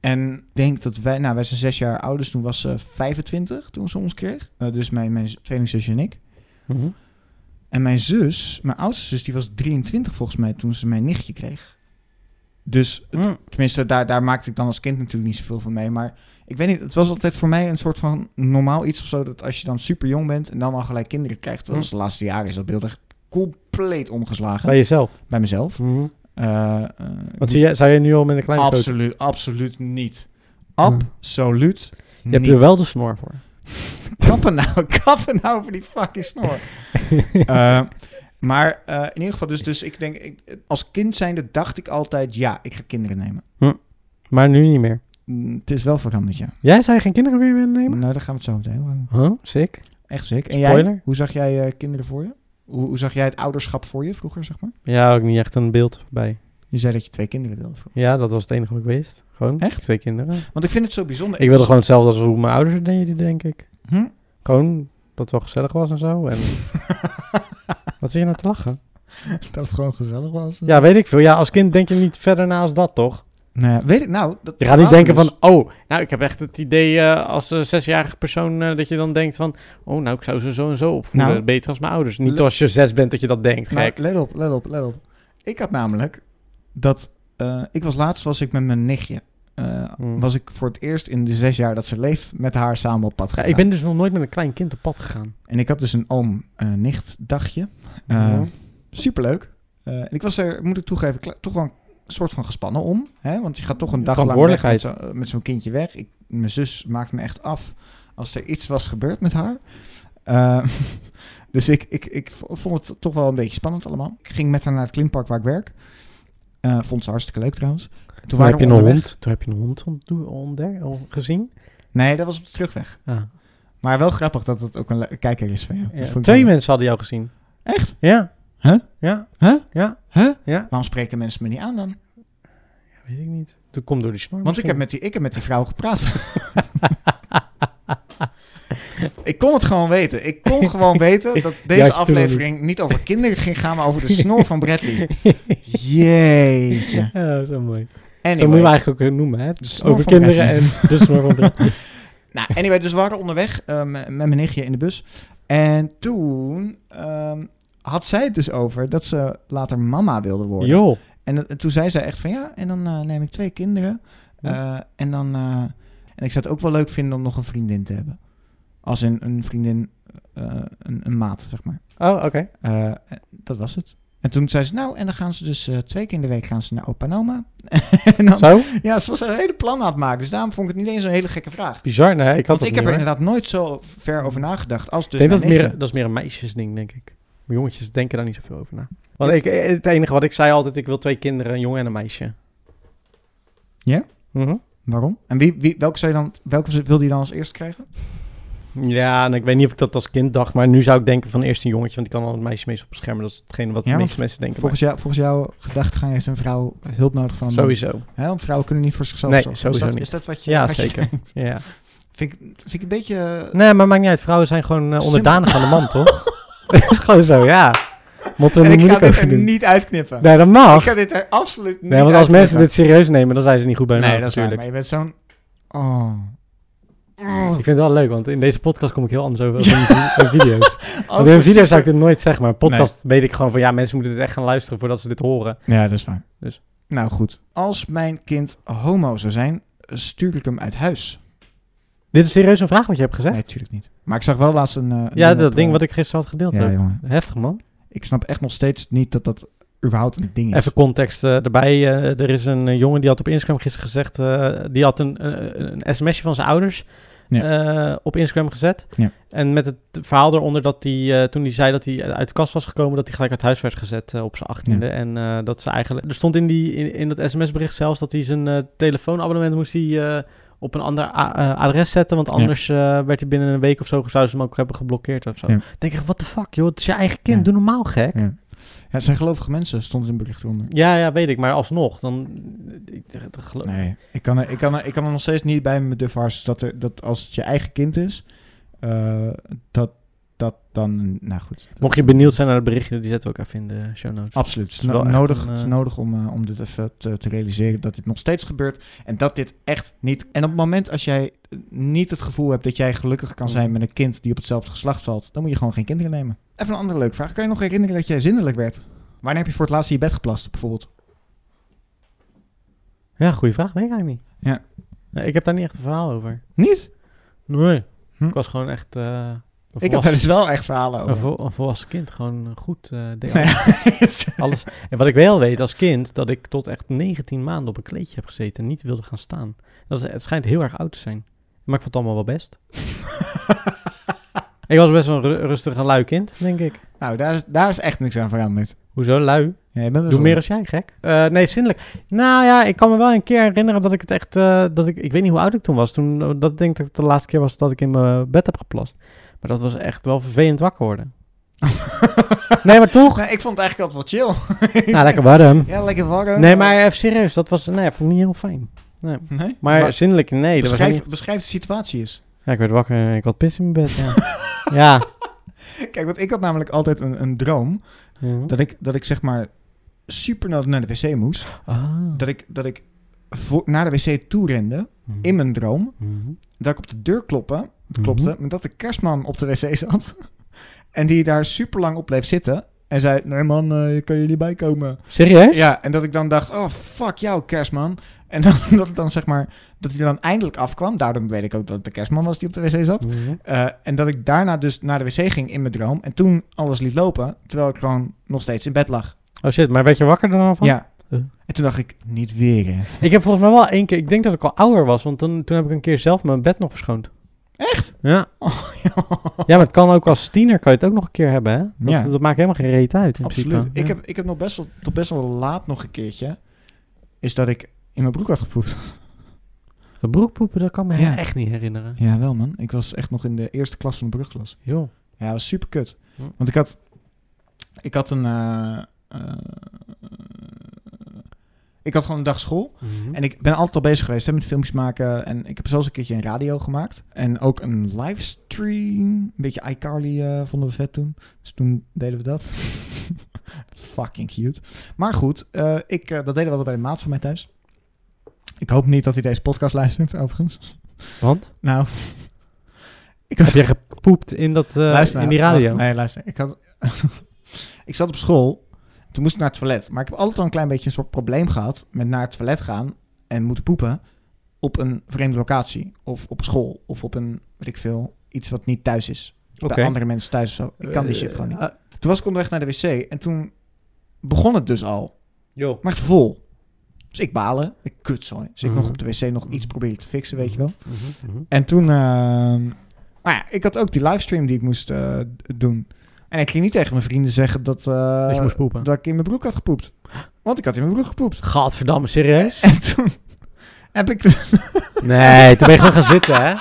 S1: En ik denk dat wij, nou wij zijn zes jaar ouders, toen was ze 25 toen ze ons kreeg. Eh, dus mijn, mijn tweelingzusje en ik.
S2: Mhm.
S1: En mijn zus, mijn oudste zus, die was 23 volgens mij toen ze mijn nichtje kreeg. Dus
S2: Mm.
S1: Tenminste, daar, daar maakte ik dan als kind natuurlijk niet zoveel van mee. Maar ik weet niet, het was altijd voor mij een soort van normaal iets of zo. Dat als je dan super jong bent en dan al gelijk kinderen krijgt. Wel
S2: Hm.
S1: eens de laatste jaren is dat beeld echt compleet omgeslagen.
S2: Bij jezelf.
S1: Bij mezelf.
S2: Mhm.
S1: Eh, eh,
S2: Want zie jij, zou je nu al met een kleine poot...
S1: absoluut, absoluut niet. Absoluut
S2: Je hebt
S1: niet.
S2: er wel de snor voor.
S1: Kappen nou, kappen nou over die fucking snor. Eh, maar eh, in ieder geval, dus, dus ik denk, ik, als kind zijnde dacht ik altijd, ja, ik ga kinderen nemen.
S2: Maar nu niet meer.
S1: Mm, Het is wel veranderd, ja.
S2: Jij zou je geen kinderen meer willen nemen?
S1: Nou, daar gaan we het zo meteen over hebben.
S2: Huh? Sick.
S1: Echt sick. En jij,
S2: Spoiler.
S1: hoe zag jij eh, kinderen voor je? Hoe, hoe zag jij het ouderschap voor je vroeger, zeg maar?
S2: Ja, ook niet echt een beeld bij.
S1: Je zei dat je twee kinderen wilde. vroeger.
S2: Ja, dat was het enige wat ik wist. Gewoon
S1: Echt?
S2: twee kinderen.
S1: Want ik vind het zo bijzonder.
S2: Ik wilde gewoon hetzelfde als hoe mijn ouders het deden, denk ik.
S1: Hm?
S2: Gewoon dat het wel gezellig was en zo. En... wat zie je nou te lachen?
S1: Dat het gewoon gezellig was.
S2: Ja, weet ik veel. Ja, als kind denk je niet verder na als dat, toch?
S1: Nee, weet ik nou. Dat,
S2: Je gaat niet
S1: dat
S2: denken
S1: dus.
S2: van, oh, nou, ik heb echt het idee eh, als eh, zesjarig persoon eh, dat je dan denkt van, oh, nou, ik zou ze zo en zo opvoeden.
S1: Nou.
S2: Beter als mijn ouders. Niet
S1: Le-
S2: als je zes bent dat je dat denkt,
S1: Nou,
S2: gek.
S1: let op, let op, let op. Ik had namelijk dat... eh, ik was laatst was ik met mijn nichtje. eh,
S2: Hmm.
S1: Was ik voor het eerst in de zes jaar dat ze leeft met haar samen op pad
S2: Ja,
S1: gegaan.
S2: ik ben dus nog nooit met een klein kind op pad gegaan.
S1: En ik had dus een oom-nicht dagje. Eh,
S2: Ja.
S1: Superleuk. Eh, en ik was er, moet ik toegeven, kle- toch wel een soort van gespannen om. Hè? Want je gaat toch een dag lang weg met
S2: Verantwoordelijkheid.
S1: zo- eh, met zo'n kindje weg. Ik, mijn zus maakt me echt af als er iets was gebeurd met haar. Eh, dus ik, ik, ik v- vond het toch wel een beetje spannend allemaal. Ik ging met haar naar het klimpark waar ik werk. Eh, vond ze hartstikke leuk trouwens. Toen,
S2: Toen
S1: waren
S2: heb
S1: we
S2: je een
S1: onderweg-
S2: hond, toen heb je een hond ontdo- onder, on- oh, gezien.
S1: Nee, dat was op de terugweg.
S2: Ah,
S1: Maar wel grappig dat het ook een le- kijker is van jou. Dat
S2: ja.
S1: vond ik
S2: Twee
S1: wel-
S2: mensen hadden jou gezien.
S1: Echt?
S2: Ja.
S1: Huh?
S2: Ja.
S1: Huh?
S2: Ja,
S1: Huh?
S2: ja.
S1: Waarom spreken mensen me niet aan dan?
S2: Ja, weet ik niet. Dat komt door die snor
S1: Want ik heb,
S2: misschien.
S1: met die, ik heb met die vrouw gepraat. ik kon het gewoon weten. Ik kon gewoon weten dat deze
S2: had je toen nog
S1: aflevering niet. over kinderen ging gaan, maar over de snor van Bradley. Jeetje.
S2: Ja, zo mooi. Zo moeten we
S1: Anyway.
S2: eigenlijk ook eh, noemen, hè.
S1: De snor
S2: Over
S1: van
S2: kinderen en
S1: Bradley.
S2: de snor van Brett.
S1: Nou, anyway, dus we waren onderweg eh, met met mijn nichtje in de bus. En toen ehm, had zij het dus over dat ze later mama wilde worden.
S2: Joh.
S1: En, dat- en toen zei zij echt van ja, en dan eh, neem ik twee kinderen. Eh, en dan. eh, en ik zou het ook wel leuk vinden om nog een vriendin te hebben. Als in een vriendin, eh, een, een maat, zeg maar.
S2: Oh, oké.
S1: Eh, en dat was het. En toen zei ze, nou, en dan gaan ze dus eh, twee keer in de week gaan ze naar opa en oma. en dan,
S2: Zo?
S1: ja, ze was een hele plan aan het maken. Dus daarom vond ik het niet eens een hele gekke vraag.
S2: Bizar, nee, ik had
S1: Want
S2: dat
S1: ik heb er
S2: niet, hoor. Mm.
S1: inderdaad nooit zo ver over nagedacht als dus
S2: ik denk dat
S1: mijn
S2: het meer,
S1: nichtje.
S2: dat is meer een meisjesding, denk ik. Maar jongetjes denken daar niet zoveel over na. Want ik, eh, het enige wat ik zei altijd, ik wil twee kinderen, een jongen en een meisje.
S1: Ja?
S2: Mhm.
S1: Waarom? En wie, wie, welke, zou je dan, welke wil je dan als eerste krijgen?
S2: Ja, en ik weet niet of ik dat als kind dacht, maar nu zou ik denken van eerst een jongetje, want ik kan al het meisje meestal beschermen. Dat is hetgene wat
S1: Ja,
S2: de
S1: want
S2: meeste mensen denken.
S1: Volgens, jou, volgens jouw gedachtegang heeft een vrouw hulp nodig van
S2: maar
S1: een man.
S2: sowieso.
S1: Hè, want vrouwen kunnen niet voor zichzelf
S2: Nee,
S1: zorgen.
S2: sowieso
S1: is dat,
S2: niet.
S1: Is dat wat je...
S2: Ja,
S1: wat je-
S2: zeker. Ja.
S1: vind, ik, vind ik een beetje... eh,
S2: Nee, maar maakt niet uit. Vrouwen zijn gewoon eh,
S1: Simpel.
S2: onderdanig aan de man, toch? Dat is gewoon zo, ja. Moeten we
S1: en
S2: niet
S1: ik ga
S2: moeilijk
S1: dit
S2: over
S1: er
S2: doen.
S1: niet uitknippen.
S2: Nee, dat mag.
S1: Ik ga dit er absoluut niet
S2: Nee, want als
S1: uitknippen.
S2: mensen dit serieus nemen, dan zijn ze niet goed bij hun
S1: Nee,
S2: hoofd,
S1: dat is waar,
S2: natuurlijk.
S1: Maar je bent zo'n... Oh.
S2: Ik vind het wel leuk, want in deze podcast kom ik heel anders over dan in vi- in video's.
S1: Als
S2: Want in
S1: een
S2: een video zou ik
S1: super-
S2: dit nooit zeggen, maar een podcast weet ik gewoon van... Ja, mensen moeten dit echt gaan luisteren voordat ze dit horen.
S1: Ja, dat is waar.
S2: Dus.
S1: Nou goed. Als mijn kind homo zou zijn, stuur ik hem uit huis.
S2: Dit is serieus een vraag wat je hebt gezegd?
S1: Nee, natuurlijk niet. Maar ik zag wel laatst een... eh, een
S2: ja,
S1: op,
S2: dat ding
S1: eh,
S2: wat ik gisteren had gedeeld
S1: Ja,
S2: heb.
S1: jongen.
S2: Heftig, man.
S1: Ik snap echt nog steeds niet dat dat überhaupt een ding is.
S2: Even context eh, erbij. eh, er is een eh, jongen die had op Instagram gisteren gezegd... eh, die had een, eh, een sms'je van zijn ouders eh, op Instagram gezet.
S1: Ja.
S2: En met het verhaal eronder dat hij, eh, toen hij zei dat hij uit de kast was gekomen... dat hij gelijk uit huis werd gezet eh, op zijn achttiende. En eh, dat ze eigenlijk... Er stond in, die, in, in dat sms-bericht zelfs dat hij zijn eh, telefoonabonnement moest hij... eh, op een ander a- eh, adres zetten, want anders eh, werd hij binnen een week of zo, zouden ze hem ook hebben geblokkeerd of zo.
S1: Ja.
S2: Denk ik, wat de fuck, joh, het is je eigen kind,
S1: Ja.
S2: doe normaal gek.
S1: Ja. Ja, het zijn gelovige mensen, stond in bericht onder.
S2: Ja, ja, weet ik. Maar alsnog, dan... Ik, dat geloof-
S1: Nee, ik kan, er, ik, kan er, ik kan er nog steeds niet bij me de vars dat, er, dat als het je eigen kind is, eh, dat, dat dan... Nou goed,
S2: Mocht je benieuwd zijn naar de berichten, die zetten we ook even in de show notes.
S1: absoluut. Het is
S2: Het is wel
S1: no-
S2: echt
S1: nodig,
S2: een, eh,
S1: het is nodig om, eh, om dit even te, te realiseren dat dit nog steeds gebeurt en dat dit echt niet... En op het moment als jij niet het gevoel hebt dat jij gelukkig kan
S2: Mm.
S1: zijn met een kind die op hetzelfde geslacht valt, dan moet je gewoon geen kinderen nemen. Even een andere leuke vraag. Kan je nog herinneren dat jij zinnelijk werd? Wanneer heb je voor het laatst in je bed geplast, bijvoorbeeld?
S2: Ja, goede vraag. Weet ik eigenlijk niet.
S1: Ja.
S2: Nee, ik heb daar niet echt een verhaal over.
S1: Niet?
S2: Nee.
S1: Hm?
S2: Ik was gewoon echt eh, een,
S1: Ik heb daar
S2: volwassen,
S1: dus wel echt verhalen over.
S2: een, vol- een volwassen kind. Gewoon eh, goed. eh, deed
S1: Nee.
S2: alles. En wat ik wel weet als kind, dat ik tot echt 19 maanden op een kleedje heb gezeten en niet wilde gaan staan. Dat is, het schijnt heel erg oud te zijn. Maar ik vond het allemaal wel best. ik was best wel een ru- rustig en lui kind, denk ik.
S1: nou, daar is, daar is echt niks aan veranderd.
S2: Hoezo, lui?
S1: Ja, je bent best
S2: Doe
S1: wel-
S2: meer als jij, gek. Eh, nee, zinnelijk. Nou ja, ik kan me wel een keer herinneren dat ik het echt... eh, dat ik, ik weet niet hoe oud ik toen was. Toen, eh, dat denk ik dat het de laatste keer was dat ik in mijn bed heb geplast. Maar dat was echt wel vervelend wakker worden. nee, maar toch?
S1: Nee, ik vond het eigenlijk altijd wel chill.
S2: nou, lekker warm.
S1: Ja, lekker warm.
S2: Nee, maar even serieus. Dat was... Nee, vond ik niet heel fijn.
S1: Nee?
S2: Maar, zinnelijk, nee. Dat was
S1: beschrijf,
S2: niet-
S1: beschrijf de situatie eens.
S2: Ja, ik werd wakker en ik had pis in mijn bed, ja. ja.
S1: Kijk, want ik had namelijk altijd een, een droom
S2: Mhm.
S1: dat ik, dat ik zeg maar super naar, naar de wc moest.
S2: Ah.
S1: Dat ik, dat ik voor, naar de wc toe rende in mijn droom.
S2: Mhm.
S1: Dat ik op de deur kloppen, klopte, maar dat de kerstman op de wc zat. en die daar super lang op bleef zitten. En zei, nee man, eh, kan je niet bijkomen.
S2: Serieus?
S1: Ja, en dat ik dan dacht, oh fuck jou kerstman. En dan, dat het dan zeg maar, dat hij dan eindelijk afkwam. Daarom weet ik ook dat het de kerstman was die op de wc zat.
S2: Mhm.
S1: Eh, en dat ik daarna dus naar de wc ging in mijn droom. En toen alles liet lopen, terwijl ik gewoon nog steeds in bed lag.
S2: Oh shit, maar werd je wakker dan al van?
S1: Ja.
S2: Huh?
S1: En toen dacht ik, niet weer hè.
S2: Ik heb volgens mij wel één keer, ik denk dat ik al ouder was, want toen, toen heb ik een keer zelf mijn bed nog verschoond. Echt? Ja. Ja, maar het kan ook als tiener, kan je het ook nog een keer hebben, hè? Dat,
S1: Ja.
S2: dat maakt helemaal geen reet uit in
S1: Absoluut.
S2: principe.
S1: Ik
S2: Ja.
S1: heb, ik heb nog best wel, tot best wel laat nog een keertje, is dat ik in mijn broek had gepoept.
S2: De broekpoepen, dat kan me
S1: Ja.
S2: echt niet herinneren.
S1: Ja, wel man. Ik was echt nog in de eerste klas van de brugklas.
S2: Joh.
S1: Ja, dat was super kut.
S2: Hm.
S1: Want ik had, ik had een, eh, eh, ik had gewoon een dag school. En ik ben altijd al bezig geweest hè, met filmpjes maken. En ik heb zelfs een keertje een radio gemaakt. En ook een livestream. Een beetje iCarly eh, vonden we vet toen. Dus toen deden we dat. Fucking cute. Maar goed, eh, ik, eh, dat deden we altijd bij de maat van mij thuis. Ik hoop niet dat hij deze podcast luistert, overigens.
S2: Want?
S1: Nou, ik
S2: Heb je gepoept in, dat, eh,
S1: Luister
S2: in
S1: nou,
S2: die radio?
S1: wacht, nee, luister. Ik, had, ik zat op school. Toen moest ik naar het toilet. Maar ik heb altijd al een klein beetje een soort probleem gehad met naar het toilet gaan en moeten poepen op een vreemde locatie. Of op school. Of op een, weet ik veel, iets wat niet thuis is.
S2: Oké.
S1: Bij andere mensen thuis of zo. Ik kan die shit
S2: Eh,
S1: gewoon niet.
S2: eh,
S1: Toen was ik onderweg naar de wc en toen begon het dus al.
S2: joh.
S1: Maar echt vol. Dus ik balen. Ik kutzooi. Dus ik nog
S2: Mhm.
S1: op de wc nog iets proberen te fixen, weet je wel.
S2: Mhm, mhm.
S1: En toen, ehm nou ja, ik had ook die livestream die ik moest eh, d- eh, doen. En ik ging niet tegen mijn vrienden zeggen dat, eh,
S2: dat je moest poepen.
S1: dat ik in mijn broek had gepoept. Want ik had in mijn broek gepoept.
S2: Gadverdamme, serieus?
S1: En toen heb ik...
S2: Nee, toen ben je gewoon gaan zitten, hè?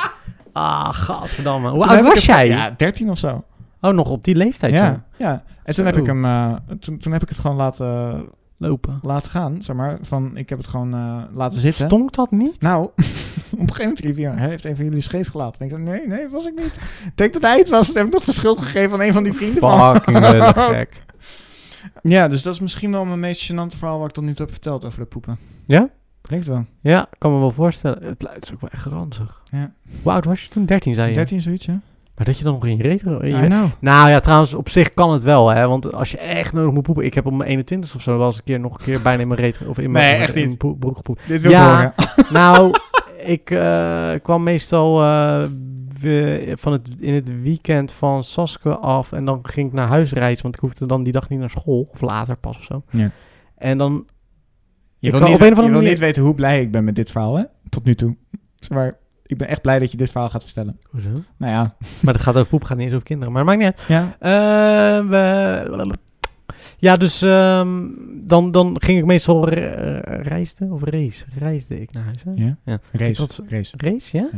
S2: Ah, gadverdamme. Hoe
S1: toen
S2: oud
S1: heb ik
S2: was
S1: het-
S2: jij?
S1: Ja, 13 of zo.
S2: Oh, nog op die leeftijd toen?
S1: Ja, ja. En toen heb,
S2: Zo.
S1: ik hem, eh, toen, toen heb ik het gewoon laten,
S2: Lopen.
S1: laten gaan, zeg maar. Van, ik heb het gewoon eh, laten zitten.
S2: Stonk dat niet?
S1: Nou, op een gegeven moment riep hij, "Hè, heeft een van jullie scheef gelaten? En ik zei, nee, nee, was ik niet. Ik denk dat hij het was. Toen heb ik nog de schuld gegeven aan een van die vrienden. van me.
S2: Fucking lullig, gek.
S1: Ja, dus dat is misschien wel mijn meest gênante verhaal wat ik tot nu toe heb verteld over de poepen.
S2: Ja?
S1: Klinkt wel.
S2: Ja, kan me wel voorstellen. Het luidt ook wel echt ranzig.
S1: Ja.
S2: Hoe oud was je toen? 13, zei je?
S1: 13 zoiets, hè?
S2: Maar dat je dan nog in je retro... in je-
S1: I know.
S2: Nou ja, trouwens, op zich kan het wel, hè. Want als je echt nodig moet poepen... Ik heb op mijn 21 of zo wel eens een keer nog een keer bijna in mijn retro... Of in mijn,
S1: Nee, echt
S2: in mijn
S1: niet.
S2: broek- broek gepoept.
S1: Dit wil ik
S2: Ja.
S1: horen.
S2: Nou, ik eh, kwam meestal eh, we- van het, in het weekend van Saske af. En dan ging ik naar huis reizen, want ik hoefde dan die dag niet naar school. Of later pas of zo.
S1: Ja.
S2: En dan...
S1: Je
S2: Ik
S1: wil,
S2: kan
S1: niet,
S2: op een of
S1: je
S2: andere
S1: wil
S2: manier-
S1: niet weten hoe blij ik ben met dit verhaal, hè? Tot nu toe. Zeg maar, ik ben echt blij dat je dit verhaal gaat vertellen.
S2: Hoezo?
S1: Nou ja.
S2: Maar dat gaat over poep, gaat niet eens over kinderen. Maar dat maakt niet uit.
S1: Ja.
S2: Eh, we- ja, dus ehm, dan, dan ging ik meestal re- eh, reisde of race. Reisde ik naar huis. Hè?
S1: ja.
S2: Ja.
S1: Race.
S2: Dat is-
S1: Race.
S2: Race, ja?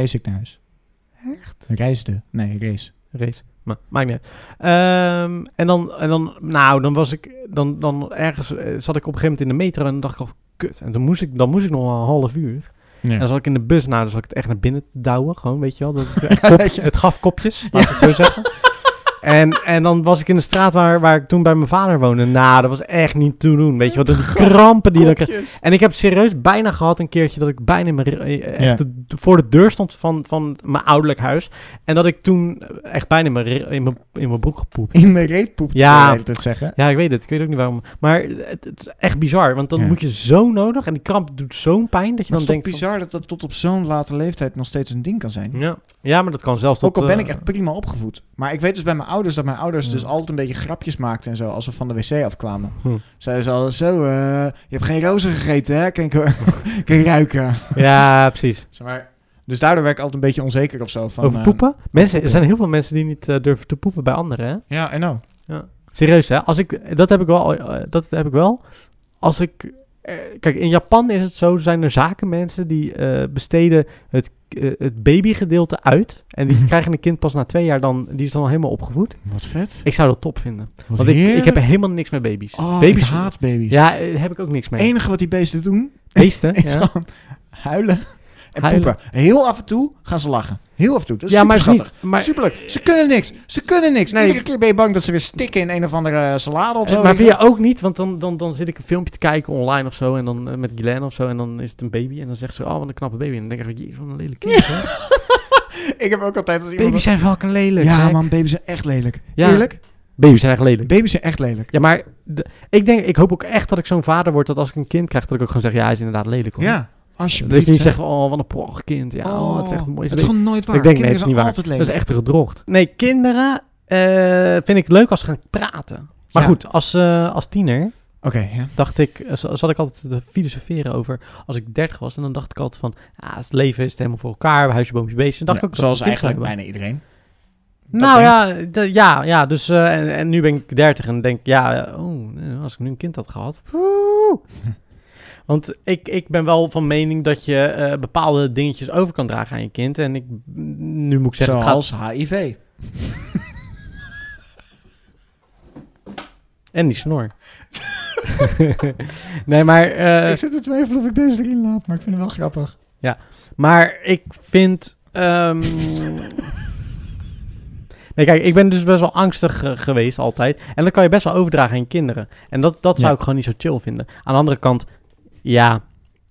S1: Race ik naar huis. Echt? Reisde. Nee, race.
S2: race. Maar maakt niet uit. Ehm, en, dan, en dan, nou, dan was ik, dan, dan ergens eh, zat ik op een gegeven moment in de metro en dan dacht ik al, kut. En dan moest ik, dan moest ik nog wel een half uur. En
S1: Ja.
S2: dan zat ik in de bus, nou, dan zat ik het echt naar binnen te douwen, gewoon, weet je wel. Dat het, echt kop-
S1: Weet je.
S2: het gaf kopjes, laat ik het zo zeggen. En, en dan was ik in de straat waar, waar ik toen bij mijn vader woonde. Nou, dat was echt niet te doen, weet je wel. De krampen die ik kreeg.
S1: Kopjes.
S2: En ik heb serieus bijna gehad een keertje dat ik bijna in mijn, re- eh, echt
S1: Ja.
S2: de- voor de deur stond van, van mijn ouderlijk huis. En dat ik toen echt bijna in mijn, re- in mijn, in mijn broek gepoept.
S1: In mijn reet poept,
S2: Ja.
S1: ja. dat zeggen.
S2: Ja, ik weet het. Ik weet ook niet waarom. Maar het, het is echt bizar, want dan
S1: Ja.
S2: moet je zo nodig. En die kramp doet zo'n pijn dat je
S1: Maar het is
S2: dan
S1: toch
S2: denkt...
S1: bizar dat dat tot op zo'n late leeftijd nog steeds een ding kan zijn.
S2: Van, ja. ja, maar dat kan zelfs tot...
S1: Ook al ben
S2: eh, Hmm.
S1: ik echt prima opgevoed. Maar ik weet dus bij mijn ouders dat mijn ouders
S2: Ja.
S1: dus altijd een beetje grapjes maakten en zo. Als we van de wc afkwamen.
S2: Hm.
S1: Zeiden ze altijd zo, eh, je hebt geen rozen gegeten hè, kan ik, eh, kan je ruiken.
S2: Ja, precies.
S1: Zeg maar, dus daardoor werd ik altijd een beetje onzeker of zo. Van,
S2: Over
S1: eh,
S2: poepen? Mensen, er
S1: poepen.
S2: zijn heel veel mensen die niet eh, durven te poepen bij anderen, hè?
S1: ja, en nou.
S2: Serieus, hè? Als ik, dat heb ik wel. eh, Dat heb ik wel. Als ik. eh, Kijk, in Japan is het zo: zijn er zakenmensen die eh, besteden het, eh, het babygedeelte uit. En die krijgen een kind pas na twee jaar, dan, die is dan al helemaal opgevoed.
S1: Wat vet.
S2: Ik zou dat top vinden.
S1: Wat
S2: Want ik, ik
S1: heerlijk.
S2: heb er helemaal niks met baby's.
S1: Oh,
S2: baby's
S1: ik haat baby's.
S2: Ja, eh, heb ik ook niks
S1: Het
S2: mee.
S1: enige wat die beesten doen,
S2: Beesten.
S1: is
S2: ja.
S1: gewoon huilen en
S2: Huilen.
S1: poepen. Heel af en toe gaan ze lachen. Heel af en toe. Dat is
S2: ja, maar het is
S1: superschattig.
S2: niet. Maar,
S1: Superleuk. Ze kunnen niks. Ze kunnen niks.
S2: Nee.
S1: Iedere keer ben je bang dat ze weer stikken in een of andere salade of zo.
S2: eh, maar vind je ook niet, want dan, dan, dan zit ik een filmpje te kijken online of zo. En dan eh, met Guylaine of zo. En dan is het een baby. En dan zegt ze: Oh, wat een knappe baby. En dan denk ik: Jezus, wat een lelijk kind. hè."
S1: Ik heb ook altijd als iemand...
S2: Baby's zijn fucking lelijk.
S1: ja
S2: gek.
S1: man, baby's zijn echt lelijk.
S2: Ja.
S1: Eerlijk?
S2: Baby's zijn echt lelijk.
S1: Baby's zijn echt lelijk.
S2: Ja, maar de- ik denk, ik hoop ook echt dat ik zo'n vader word dat als ik een kind krijg, dat ik ook gewoon zeg, ja, hij is inderdaad lelijk hoor.
S1: Ja.
S2: Dat
S1: Alsjeblieft.
S2: je niet
S1: zeg.
S2: zegt, oh, wat een prachtig kind. Ja, oh, het is echt een mooie
S1: Het is gewoon nooit waar.
S2: Ik denk,
S1: Kinderen
S2: nee, het is
S1: zijn
S2: niet waar.
S1: altijd
S2: Dat is
S1: lelijk.
S2: echt gedrocht. Nee, kinderen eh, vind ik leuk als ze gaan praten. Maar
S1: Ja.
S2: goed, als, eh, als tiener
S1: Oké, ja.
S2: dacht ik, eh, za- zat ik altijd te filosoferen over als ik dertig was. En dan dacht ik altijd van, ah, het leven is het helemaal voor elkaar, huisje, boompje, beestje. Dan dacht ik
S1: Ja,
S2: ook,
S1: Zoals
S2: dat ik een kind zou
S1: eigenlijk bijna
S2: hebben.
S1: iedereen. Dat
S2: Nou
S1: denkt-
S2: ja, d- ja, ja, dus eh, en, en nu ben ik 30 en denk ik, ja, eh, oh, eh, als ik nu een kind had gehad. woe. Want ik, ik ben wel van mening dat je eh, bepaalde dingetjes over kan dragen aan je kind. En ik, nu moet ik zeggen, het gaat-
S1: Zoals HIV.
S2: en die snor. nee, maar, eh,
S1: zit te twijfelen of ik deze erin laat, maar ik vind het wel grappig.
S2: maar ik vind... ehm, Nee, kijk, ik ben dus best wel angstig eh, geweest altijd. En dat kan je best wel overdragen aan je kinderen. En dat, dat zou
S1: Ja.
S2: ik gewoon niet zo chill vinden. Aan de andere kant, ja,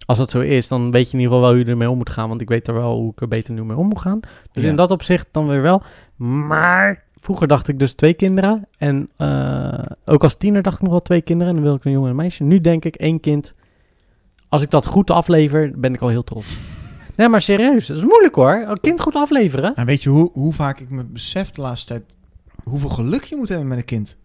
S2: als dat zo is, dan weet je in ieder geval wel hoe je ermee om moet gaan. Want ik weet er wel hoe ik er beter nu mee om moet gaan. Dus
S1: Ja.
S2: in dat opzicht dan weer wel. Maar vroeger dacht ik dus twee kinderen. En eh, ook als tiener dacht ik nog wel twee kinderen. En dan wil ik een jongen en een meisje. Nu denk ik één kind. Als ik dat goed aflever, ben ik al heel trots. Nee, maar serieus, dat is moeilijk hoor. Een kind goed afleveren.
S1: Nou, weet je hoe, hoe vaak ik me besef de laatste tijd hoeveel geluk je moet hebben met een kind?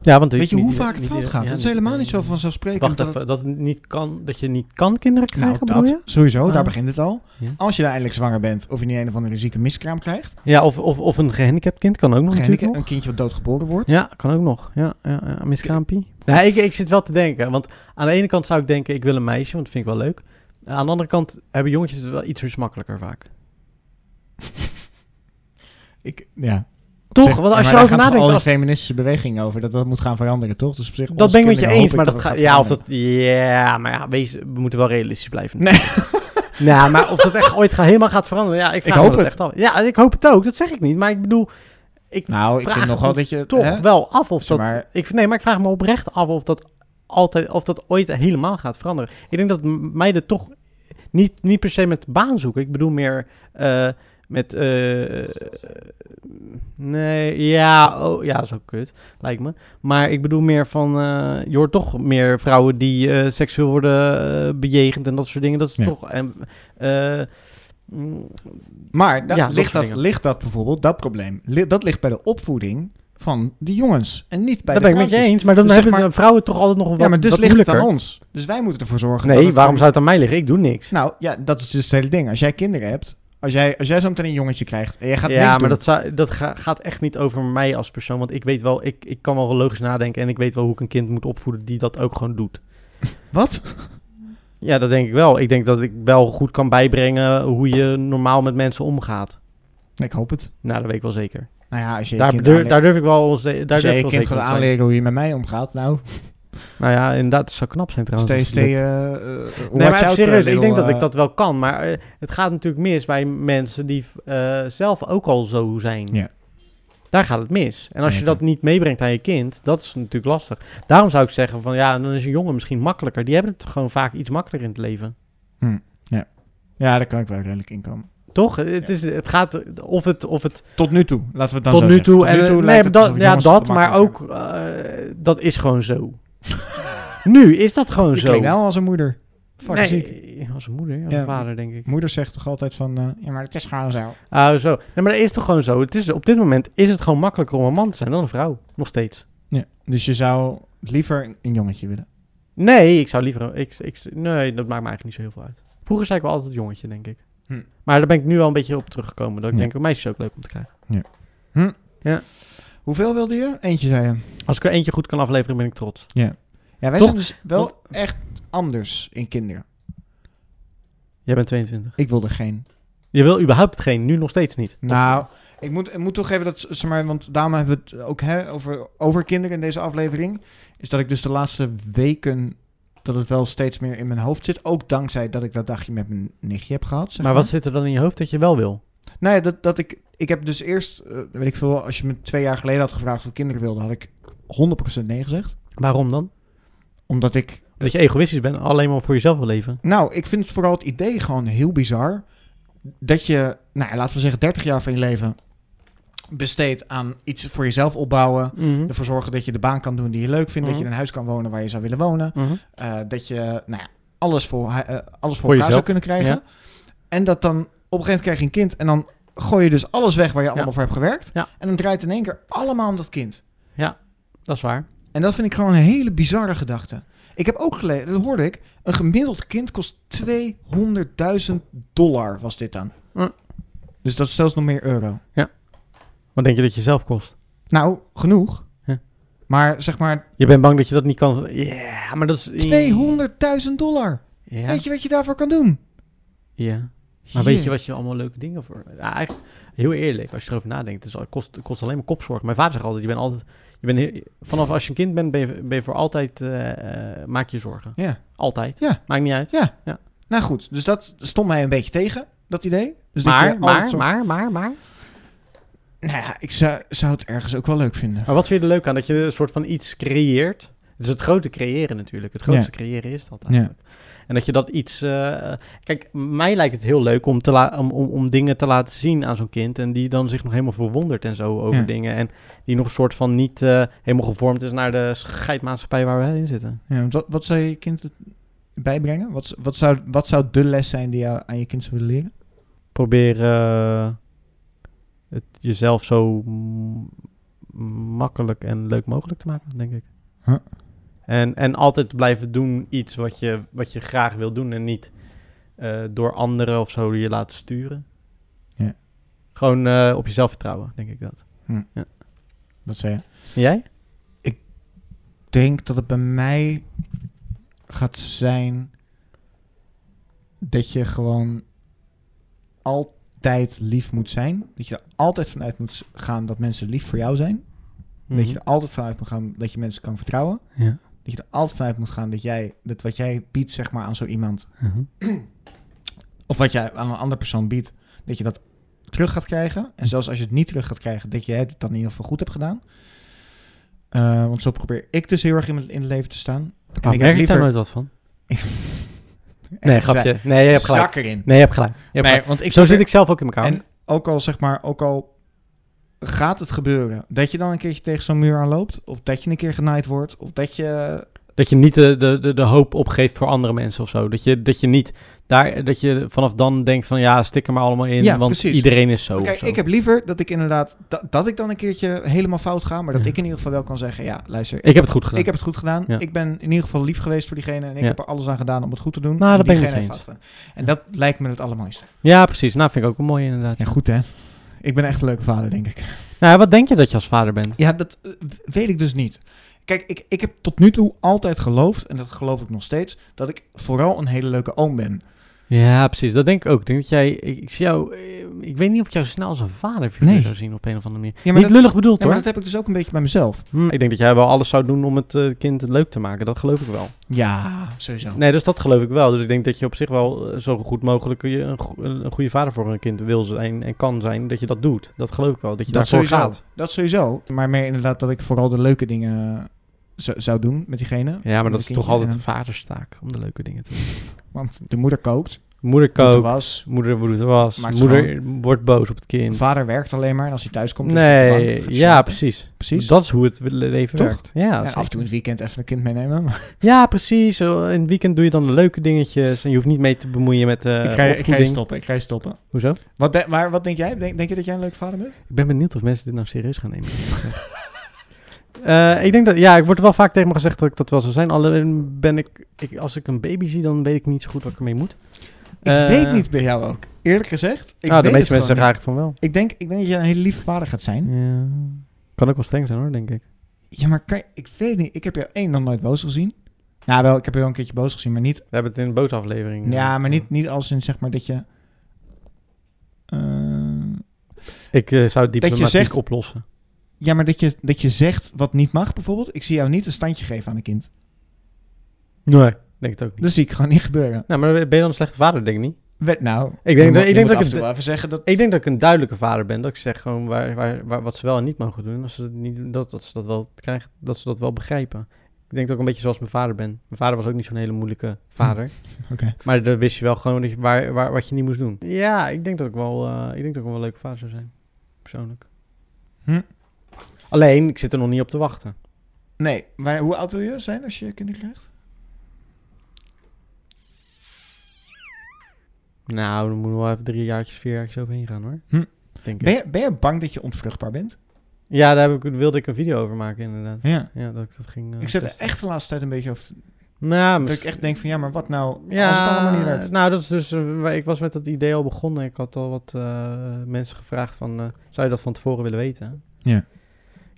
S2: Ja, want
S1: Weet je
S2: niet
S1: hoe
S2: ieder-
S1: vaak het
S2: niet
S1: fout
S2: ieder-
S1: gaat?
S2: ja,
S1: Dat is
S2: niet-
S1: helemaal niet zo
S2: nee.
S1: vanzelfsprekend.
S2: Wacht
S1: dat
S2: even,
S1: het-
S2: dat, het niet kan, dat je niet kan kinderen
S1: Nou,
S2: krijgen, bedoel
S1: dat sowieso, daar
S2: Ah.
S1: begint het al.
S2: Ja.
S1: Als je daar eindelijk zwanger bent of je niet een of andere zieke miskraam krijgt.
S2: je? Ja, of, of, of een gehandicapt kind kan ook nog
S1: Een,
S2: natuurlijk nog.
S1: een kindje wat doodgeboren wordt.
S2: Ja, kan ook nog. Ja, ja, ja miskraampie. Nee, ik, ik zit wel te denken. Want aan de ene kant zou ik denken, ik wil een meisje, want dat vind ik wel leuk. Aan de andere kant hebben jongetjes het wel iets makkelijker vaak.
S1: Ik, ja.
S2: Toch?
S1: Zeg,
S2: want
S1: maar
S2: als je
S1: daar
S2: erover
S1: gaat
S2: nadenkt,
S1: al een
S2: als-
S1: feministische beweging over dat dat moet gaan veranderen, toch? Dus op zich,
S2: dat
S1: onze
S2: ben ik met je
S1: kinderen
S2: eens.
S1: hoop
S2: Maar
S1: ik
S2: dat
S1: het
S2: gaat, ja, of dat,
S1: veranderen.
S2: ja, maar ja, wees, we moeten wel realistisch blijven.
S1: Nee.
S2: Nou, maar of dat echt ooit gaat, helemaal gaat veranderen, ja, ik, vraag
S1: Ik hoop
S2: me dat
S1: het.
S2: echt af. Ja, ik hoop het ook, dat zeg ik niet. Maar ik bedoel, ik
S1: Nou, ik
S2: vraag
S1: vind
S2: het
S1: nogal
S2: me
S1: dat je...
S2: toch
S1: hè?
S2: wel af of
S1: Zeg
S2: dat.
S1: maar-
S2: Ik, nee, maar ik vraag me oprecht af of dat altijd, of dat ooit helemaal gaat veranderen. Ik denk dat m- meiden toch niet, niet per se met baan zoeken. Ik bedoel meer eh, met. eh, nee, ja, oh, ja, zo kut, lijkt me. Maar ik bedoel meer van, eh, je hoort toch meer vrouwen die eh, seksueel worden eh, bejegend en dat soort dingen. Dat is
S1: Ja.
S2: toch. En, eh, mm,
S1: Maar da-
S2: Ja, dat
S1: ligt,
S2: soort
S1: dat,
S2: dingen.
S1: ligt dat bijvoorbeeld, dat probleem, li- dat ligt bij de opvoeding van de jongens en niet bij
S2: daar
S1: de
S2: ben ik met je
S1: vrouwtjes.
S2: eens, maar dan
S1: Dus zeg
S2: hebben
S1: maar-
S2: vrouwen toch altijd nog wel
S1: Ja, maar dus
S2: wat
S1: ligt het
S2: moeilijker.
S1: aan ons. Dus wij moeten ervoor zorgen dat
S2: Nee,
S1: het
S2: waarom
S1: voor-
S2: zou het aan mij liggen? Ik doe niks.
S1: Nou, ja, dat is dus het hele ding. Als jij kinderen hebt, als jij, als jij zo meteen een jongetje krijgt en jij gaat
S2: ja,
S1: niks
S2: maar
S1: doen...
S2: dat, zou- dat ga- gaat echt niet over mij als persoon. Want ik weet wel, ik, ik kan wel logisch nadenken en ik weet wel hoe ik een kind moet opvoeden die dat ook gewoon doet.
S1: Wat?
S2: Ja, dat denk ik wel. Ik denk dat ik wel goed kan bijbrengen hoe je normaal met mensen omgaat.
S1: Ik hoop het.
S2: Nou, dat weet ik wel zeker.
S1: Nou ja, als je je
S2: Daar,
S1: kind
S2: durf-
S1: aanleert-
S2: daar durf ik wel ons- daar
S1: als
S2: durf
S1: jij
S2: ik
S1: je
S2: wel
S1: kind
S2: zeker
S1: gaat
S2: van te zijn.
S1: aanleren hoe je met mij omgaat, nou,
S2: Nou ja, inderdaad, dat zou knap zijn trouwens.
S1: stay,
S2: als je
S1: stay,
S2: dat-
S1: eh, eh, eh,
S2: Nee,
S1: watch
S2: maar even
S1: out,
S2: serieus,
S1: eh,
S2: ik denk
S1: little,
S2: dat ik
S1: eh,
S2: dat wel kan. Maar eh, het gaat natuurlijk mis bij mensen die eh, zelf ook al zo zijn.
S1: Ja.
S2: Daar gaat het mis. En als je
S1: Zeker.
S2: dat niet meebrengt aan je kind, dat is natuurlijk lastig. Daarom zou ik zeggen van ja, dan is een jongen misschien makkelijker. Die hebben het gewoon vaak iets makkelijker in het leven.
S1: Ja, daar kan ik wel redelijk in komen.
S2: Toch? Eh, Het,
S1: Ja.
S2: is, het gaat of het, of het
S1: Tot nu toe, laten we het dan
S2: tot
S1: zo
S2: nu
S1: zeggen.
S2: toe. En, eh,
S1: lijkt
S2: nee,
S1: het
S2: dat,
S1: alsof
S2: ja,
S1: jongens het
S2: dat, maar
S1: makkelijker
S2: ook eh, dat is gewoon zo. nu is dat gewoon
S1: hebben. Je
S2: zo.
S1: klinkt wel als een moeder. Fuck ziek.
S2: nee, als moeder, als
S1: Ja.
S2: vader, denk ik.
S1: Moeder zegt toch altijd van, eh, ja, maar het is gewoon zo.
S2: Ah, zo. Nee, maar dat is toch gewoon zo. Het is, op dit moment is het gewoon makkelijker om een man te zijn dan een vrouw. Nog steeds.
S1: Ja, dus je zou liever een- een jongetje willen.
S2: Nee, ik zou liever... Ik, ik, nee, dat maakt me eigenlijk niet zo heel veel uit. Vroeger zei ik wel altijd jongetje, denk ik.
S1: Hm.
S2: Maar daar ben ik nu al een beetje op teruggekomen. Dat ik
S1: Ja.
S2: denk, oh, meisjes is ook leuk om te krijgen.
S1: Hoeveel wilde je? Eentje, zei je.
S2: Als ik er eentje goed kan afleveren, ben ik trots.
S1: Ja, wij
S2: Toch?
S1: zijn dus wel echt anders in kinderen.
S2: Jij bent 22.
S1: Ik wilde geen.
S2: Je wil überhaupt geen, nu nog steeds niet.
S1: Nou, ik moet, ik moet toegeven dat, zeg maar, want daarom hebben we het ook hè, over, over kinderen in deze aflevering. Is dat ik dus de laatste weken, dat het wel steeds meer in mijn hoofd zit. Ook dankzij dat ik dat dagje met mijn nichtje heb gehad. Zeg
S2: maar wat zit er dan in je hoofd dat je wel wil?
S1: Nou ja, dat, dat ik... Ik heb dus eerst, eh, weet ik veel, als je me twee jaar geleden had gevraagd of ik kinderen wilde, had ik 100% nee gezegd.
S2: Waarom dan?
S1: Omdat ik
S2: Dat je egoïstisch bent en alleen maar voor jezelf wil leven.
S1: Nou, ik vind het vooral het idee gewoon heel bizar. Dat je, nou, ja, laten we zeggen, 30 jaar van je leven besteedt aan iets voor jezelf opbouwen. Ervoor zorgen dat je de baan kan doen die je leuk vindt. Dat je
S2: Mhm.
S1: in een huis kan wonen waar je zou willen wonen.
S2: Mhm.
S1: Eh, dat je, nou ja, alles voor, hu- eh, alles voor,
S2: Voor
S1: elkaar
S2: jezelf,
S1: zou kunnen krijgen.
S2: ja.
S1: En dat dan op een gegeven moment krijg je een kind. En dan gooi je dus alles weg waar je allemaal voor hebt gewerkt.
S2: Ja.
S1: En dan draait het in één keer allemaal om dat kind.
S2: Dat is waar.
S1: En dat vind ik gewoon een hele bizarre gedachte. Ik heb ook gelezen, dat hoorde ik, een gemiddeld kind kost 200.000 dollar was dit dan.
S2: Mm.
S1: Dus dat is zelfs nog meer euro.
S2: Wat denk je dat je zelf kost?
S1: Nou, genoeg.
S2: Ja.
S1: Maar zeg maar 200.000
S2: Je bent bang dat je dat niet kan. Ja, maar dat is.
S1: dollar.
S2: Ja.
S1: Weet je wat je daarvoor kan doen?
S2: ja. Maar weet je
S1: Jee.
S2: wat je allemaal leuke dingen voor. Ja, eigenlijk, heel eerlijk, als je erover nadenkt, het, is, al- het kost, het kost alleen maar kopzorg. Mijn vader zegt altijd: je bent altijd. Je bent heel- vanaf als je een kind bent, ben je, ben je voor altijd. eh, eh, maak je zorgen.
S1: Ja.
S2: Altijd.
S1: Ja.
S2: Maakt niet uit.
S1: Nou goed, dus dat stond mij een beetje tegen, dat idee. Dus dat je
S2: maar,
S1: altijd
S2: maar,
S1: zo-
S2: maar, maar, maar.
S1: Nou ja, ik zou, zou het ergens ook wel leuk vinden.
S2: Maar wat vind je er leuk aan? Dat je een soort van iets creëert. Het is het grote creëren natuurlijk. Het grootste creëren is dat eigenlijk. En dat je dat iets... eh, kijk, mij lijkt het heel leuk om, te la- om, om, om dingen te laten zien aan zo'n kind. En die dan zich nog helemaal verwondert en zo over
S1: Ja.
S2: dingen. En die nog een soort van niet eh, helemaal gevormd is naar de scheidmaatschappij waar we in zitten.
S1: Ja, want wat, wat zou je kind bijbrengen? Wat, wat, zou, wat zou de les zijn die je aan je kind zou willen leren?
S2: Probeer eh, het jezelf zo mm, makkelijk en leuk mogelijk te maken, denk ik.
S1: Huh.
S2: En, en altijd blijven doen iets wat je, wat je graag wil doen en niet eh, door anderen of zo je laten sturen.
S1: Ja.
S2: Gewoon eh, op jezelf vertrouwen, denk ik dat.
S1: Dat zei je.
S2: Jij?
S1: Ik denk dat het bij mij gaat zijn dat je gewoon altijd lief moet zijn. Dat je er altijd vanuit moet s- gaan dat mensen lief voor jou zijn. Dat
S2: Mhm.
S1: je er altijd vanuit moet gaan dat je mensen kan vertrouwen.
S2: Ja.
S1: Dat je er altijd vanuit moet gaan dat jij dat wat jij biedt zeg maar aan zo iemand
S2: Mhm.
S1: of wat jij aan een andere persoon biedt, dat je dat terug gaat krijgen. En zelfs als je het niet terug gaat krijgen, dat jij het dan in ieder geval goed hebt gedaan. Eh, want zo probeer ik dus heel erg in, het- in het leven te staan. En
S2: ik Ah, merk ik daar nooit wat van? Nee, grapje. Nee, je hebt gelijk.
S1: Zak erin.
S2: Nee, je hebt gelijk. Je hebt
S1: Nee,
S2: gelijk.
S1: want ik
S2: Zo
S1: probeer-
S2: zit ik zelf ook in elkaar.
S1: En ook al zeg maar, ook al gaat het gebeuren dat je dan een keertje tegen zo'n muur aan loopt, of dat je een keer genaaid wordt, of dat je.
S2: Dat je niet de, de, de, de hoop opgeeft voor andere mensen of zo. Dat je, dat je niet daar, dat je vanaf dan denkt van ja, stik er maar allemaal in,
S1: Ja,
S2: want
S1: precies.
S2: iedereen is zo. Oh, of
S1: Kijk,
S2: zo.
S1: ik heb liever dat ik inderdaad dat, dat ik dan een keertje helemaal fout ga, maar dat
S2: Ja.
S1: ik in ieder geval wel kan zeggen, ja, luister,
S2: ik heb het goed gedaan.
S1: Ik heb het goed gedaan.
S2: Ja.
S1: Ik ben in ieder geval lief geweest voor diegene. En ik
S2: Ja.
S1: heb er alles aan gedaan om het goed te doen.
S2: Nou,
S1: En
S2: dat ben ik
S1: diegene
S2: met je
S1: heeft fout gedaan. En dat lijkt me het allermooiste.
S2: Ja, precies. Nou, vind ik ook een mooie inderdaad.
S1: Ja, goed hè. Ik ben echt een leuke vader, denk ik.
S2: Nou, wat denk je dat je als vader bent?
S1: Ja, dat eh, weet ik dus niet. Kijk, ik, ik heb tot nu toe altijd geloofd, en dat geloof ik nog steeds, dat ik vooral een hele leuke oom ben.
S2: Ja, precies. Dat denk ik ook. Ik denk dat jij, ik, ik zie jou, eh, ik weet niet of ik jou snel als een vader
S1: Nee.
S2: zou zien op een of andere manier.
S1: maar
S2: niet
S1: dat-
S2: lullig bedoeld
S1: Ja, maar
S2: hoor.
S1: dat heb ik dus ook een beetje bij mezelf.
S2: Hm, Ik denk dat jij wel alles zou doen om het eh, kind leuk te maken. Dat geloof ik wel.
S1: Ja, sowieso.
S2: Nee, dus dat geloof ik wel. Dus ik denk dat je op zich wel eh, zo goed mogelijk je een, go- een goede vader voor een kind wil zijn en kan zijn. Dat je dat doet. Dat geloof ik wel. Dat je
S1: dat
S2: daarvoor
S1: sowieso.
S2: gaat.
S1: Dat sowieso. Maar meer inderdaad dat ik vooral de leuke dingen zo- zou doen met diegene.
S2: Ja, maar
S1: Met
S2: dat
S1: een
S2: is toch
S1: kindje.
S2: altijd de
S1: En-
S2: vaderstaak om de leuke dingen te doen.
S1: Want de moeder kookt,
S2: Moeder
S1: doet de
S2: kookt,
S1: was,
S2: moeder doet de was,
S1: Maakt
S2: moeder wordt boos op het kind.
S1: Vader werkt alleen maar en als hij thuis komt... ligt hij op de bank,
S2: nee,
S1: gaat
S2: ja,
S1: slapen.
S2: precies.
S1: Precies.
S2: Dat is hoe het le- leven
S1: Toch?
S2: werkt. Ja,
S1: Ja,
S2: zeker.
S1: af en toe in het weekend even een kind meenemen. maar-
S2: ja, precies. Zo, In het weekend doe je dan de leuke dingetjes en je hoeft niet mee te bemoeien met eh
S1: ik, ga, ik ga je
S2: opvoeding.
S1: stoppen, ik ga je stoppen.
S2: Hoezo?
S1: Wat, de- maar wat denk jij? Denk, denk je dat jij een leuk vader bent?
S2: Ik ben benieuwd of mensen dit nou serieus gaan nemen. eerlijk gezegd. Eh, ik denk dat, ja, ik word wel vaak tegen me gezegd dat ik dat wel zou zijn. Alleen ben ik, ik, als ik een baby zie, dan weet ik niet zo goed wat ik ermee moet.
S1: Ik
S2: Eh,
S1: weet niet bij jou ook. Eerlijk gezegd. Ik
S2: nou, de
S1: weet
S2: meeste
S1: het
S2: mensen zeggen
S1: gewoon
S2: eigenlijk van wel.
S1: niet. Ik denk, ik denk dat jij een hele lieve vader gaat zijn.
S2: Ja. Kan ook wel streng zijn hoor, denk ik.
S1: Ja, maar kan, je- ik weet niet. Ik heb jou één nog nooit boos gezien. Nou, wel, ik heb je wel een keertje boos gezien, maar niet...
S2: We hebben het in de bootaflevering. eh,
S1: Ja, maar niet, niet als in zeg maar dat je... eh,
S2: Ik eh, zou het diplomatiek
S1: zegt-
S2: oplossen.
S1: ja, maar dat je, dat je zegt wat niet mag bijvoorbeeld. Ik zie jou niet een standje geven aan een kind.
S2: Nee. Denk het ook niet.
S1: Dat zie ik gewoon niet gebeuren.
S2: Nou, maar ben je dan een slechte vader, denk ik niet?
S1: Wet nou.
S2: Ik
S1: je
S2: denk,
S1: moet-
S2: dat,
S1: je
S2: ik, denk
S1: moet
S2: dat ik,
S1: af en toe
S2: een-
S1: wel even zeggen dat...
S2: ik denk dat ik een duidelijke vader ben. Dat ik zeg gewoon waar, waar, waar, wat ze wel en niet mogen doen. Als ze het niet doen, dat, dat ze dat wel krijgen, dat ze dat wel begrijpen. Ik denk dat ik een beetje zoals mijn vader ben. Mijn vader was ook niet zo'n hele moeilijke vader.
S1: Oké.
S2: Maar dan wist je wel gewoon dat je, waar, waar, wat je niet moest doen. Ja, ik denk dat ik wel, eh, ik denk dat ik wel een leuke vader zou zijn. Persoonlijk.
S1: Hm.
S2: Alleen, ik zit er nog niet op te wachten.
S1: Nee, maar hoe oud wil je zijn als je kinderen krijgt?
S2: Nou, dan moeten we wel even drie jaartjes, vier jaartjes overheen gaan hoor.
S1: Hm.
S2: Denk ik.
S1: Ben je, ben je bang dat je ontvruchtbaar bent?
S2: Ja, daar heb ik, wilde ik een video over maken inderdaad.
S1: Ja.
S2: Ja, dat ik dat ging eh,
S1: Ik zit er
S2: testen.
S1: echt de laatste tijd een beetje over. te-
S2: Nou,
S1: Dat
S2: misschien-
S1: ik echt denk van ja, maar wat nou
S2: Ja,
S1: als het allemaal niet werkt?
S2: nou, dat is dus. eh, waar- ik was met dat idee al begonnen. Ik had al wat eh, mensen gevraagd van. eh, zou je dat van tevoren willen weten?
S1: Ja.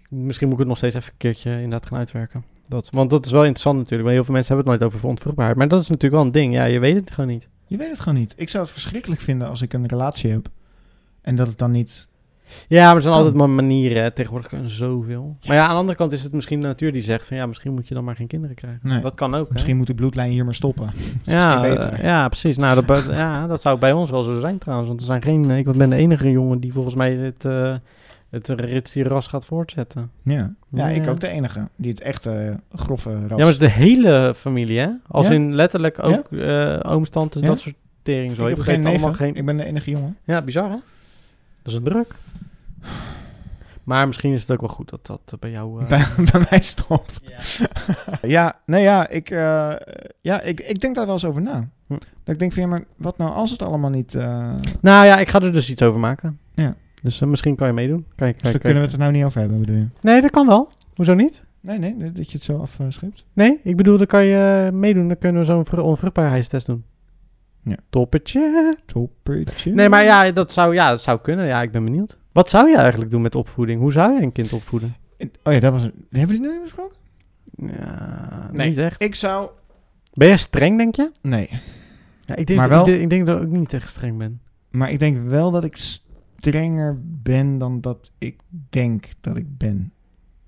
S2: Misschien moet ik het nog steeds even een keertje inderdaad gaan uitwerken. Dat, want dat is wel interessant natuurlijk. Want heel veel mensen hebben het nooit over ontvruchtbaarheid. Maar dat is natuurlijk wel een ding. Ja, je weet het gewoon niet.
S1: Je weet het gewoon niet. Ik zou het verschrikkelijk vinden als ik een relatie heb. En dat het dan niet...
S2: Ja, maar er zijn
S1: Kan.
S2: altijd maar manieren. hè. Tegenwoordig kunnen zoveel. Maar ja, aan de andere kant is het misschien de natuur die zegt van ja, misschien moet je dan maar geen kinderen krijgen.
S1: Nee.
S2: Dat kan ook. hè.
S1: Misschien moet de bloedlijn hier maar stoppen.
S2: Ja,
S1: misschien beter.
S2: eh, ja, precies. Nou, dat, be- ja, dat zou bij ons wel zo zijn trouwens. Want er zijn geen, ik ben de enige jongen die volgens mij het, eh het ras gaat voortzetten.
S1: Ja. Ja,
S2: Ja,
S1: ik
S2: ja.
S1: ook de enige die het echt eh, grove ras...
S2: Ja, maar de hele familie, hè? Als
S1: Ja.
S2: in letterlijk ook eh ooms, tantes,
S1: Ja.
S2: dat soort tering. Zo.
S1: ik heb
S2: Dat
S1: geen
S2: geeft allemaal
S1: neven.
S2: geen...
S1: Ik ben de enige jongen.
S2: Ja, bizar, hè? Dat is een druk. Maar misschien is het ook wel goed dat dat bij jou... eh,
S1: Bij, bij mij stopt. Ja, nee ja, ik, eh, ja ik, ik denk daar wel eens over na.
S2: Hm.
S1: Dat ik denk van ja, maar wat nou als het allemaal niet... eh,
S2: Nou ja, ik ga er dus iets over maken.
S1: Ja.
S2: Dus eh, misschien kan je meedoen. Kijk,
S1: Dus
S2: kijk,
S1: daar
S2: kijk.
S1: kunnen we het er nou niet over hebben, bedoel je?
S2: Nee, dat kan wel. Hoezo niet?
S1: Nee, nee, dat je het zo afschept.
S2: Nee, ik bedoel, dan kan je eh, meedoen. Dan kunnen we zo'n ver- onvruchtbaarheidstest doen.
S1: Ja.
S2: Toppetje.
S1: Toppertje.
S2: Nee, maar ja dat, zou, ja, dat zou kunnen. Ja, ik ben benieuwd. Wat zou je eigenlijk doen met opvoeding? Hoe zou je een kind opvoeden?
S1: Oh ja, dat was... Hebben we die nu besproken?
S2: Ja,
S1: Nee.
S2: niet echt.
S1: Ik zou...
S2: Ben jij streng, denk je?
S1: Nee.
S2: Ja, ik, denk
S1: Maar
S2: dat,
S1: wel-
S2: ik denk- ik denk dat ik niet echt streng ben.
S1: Maar ik denk wel dat ik strenger ben dan dat ik denk dat ik ben.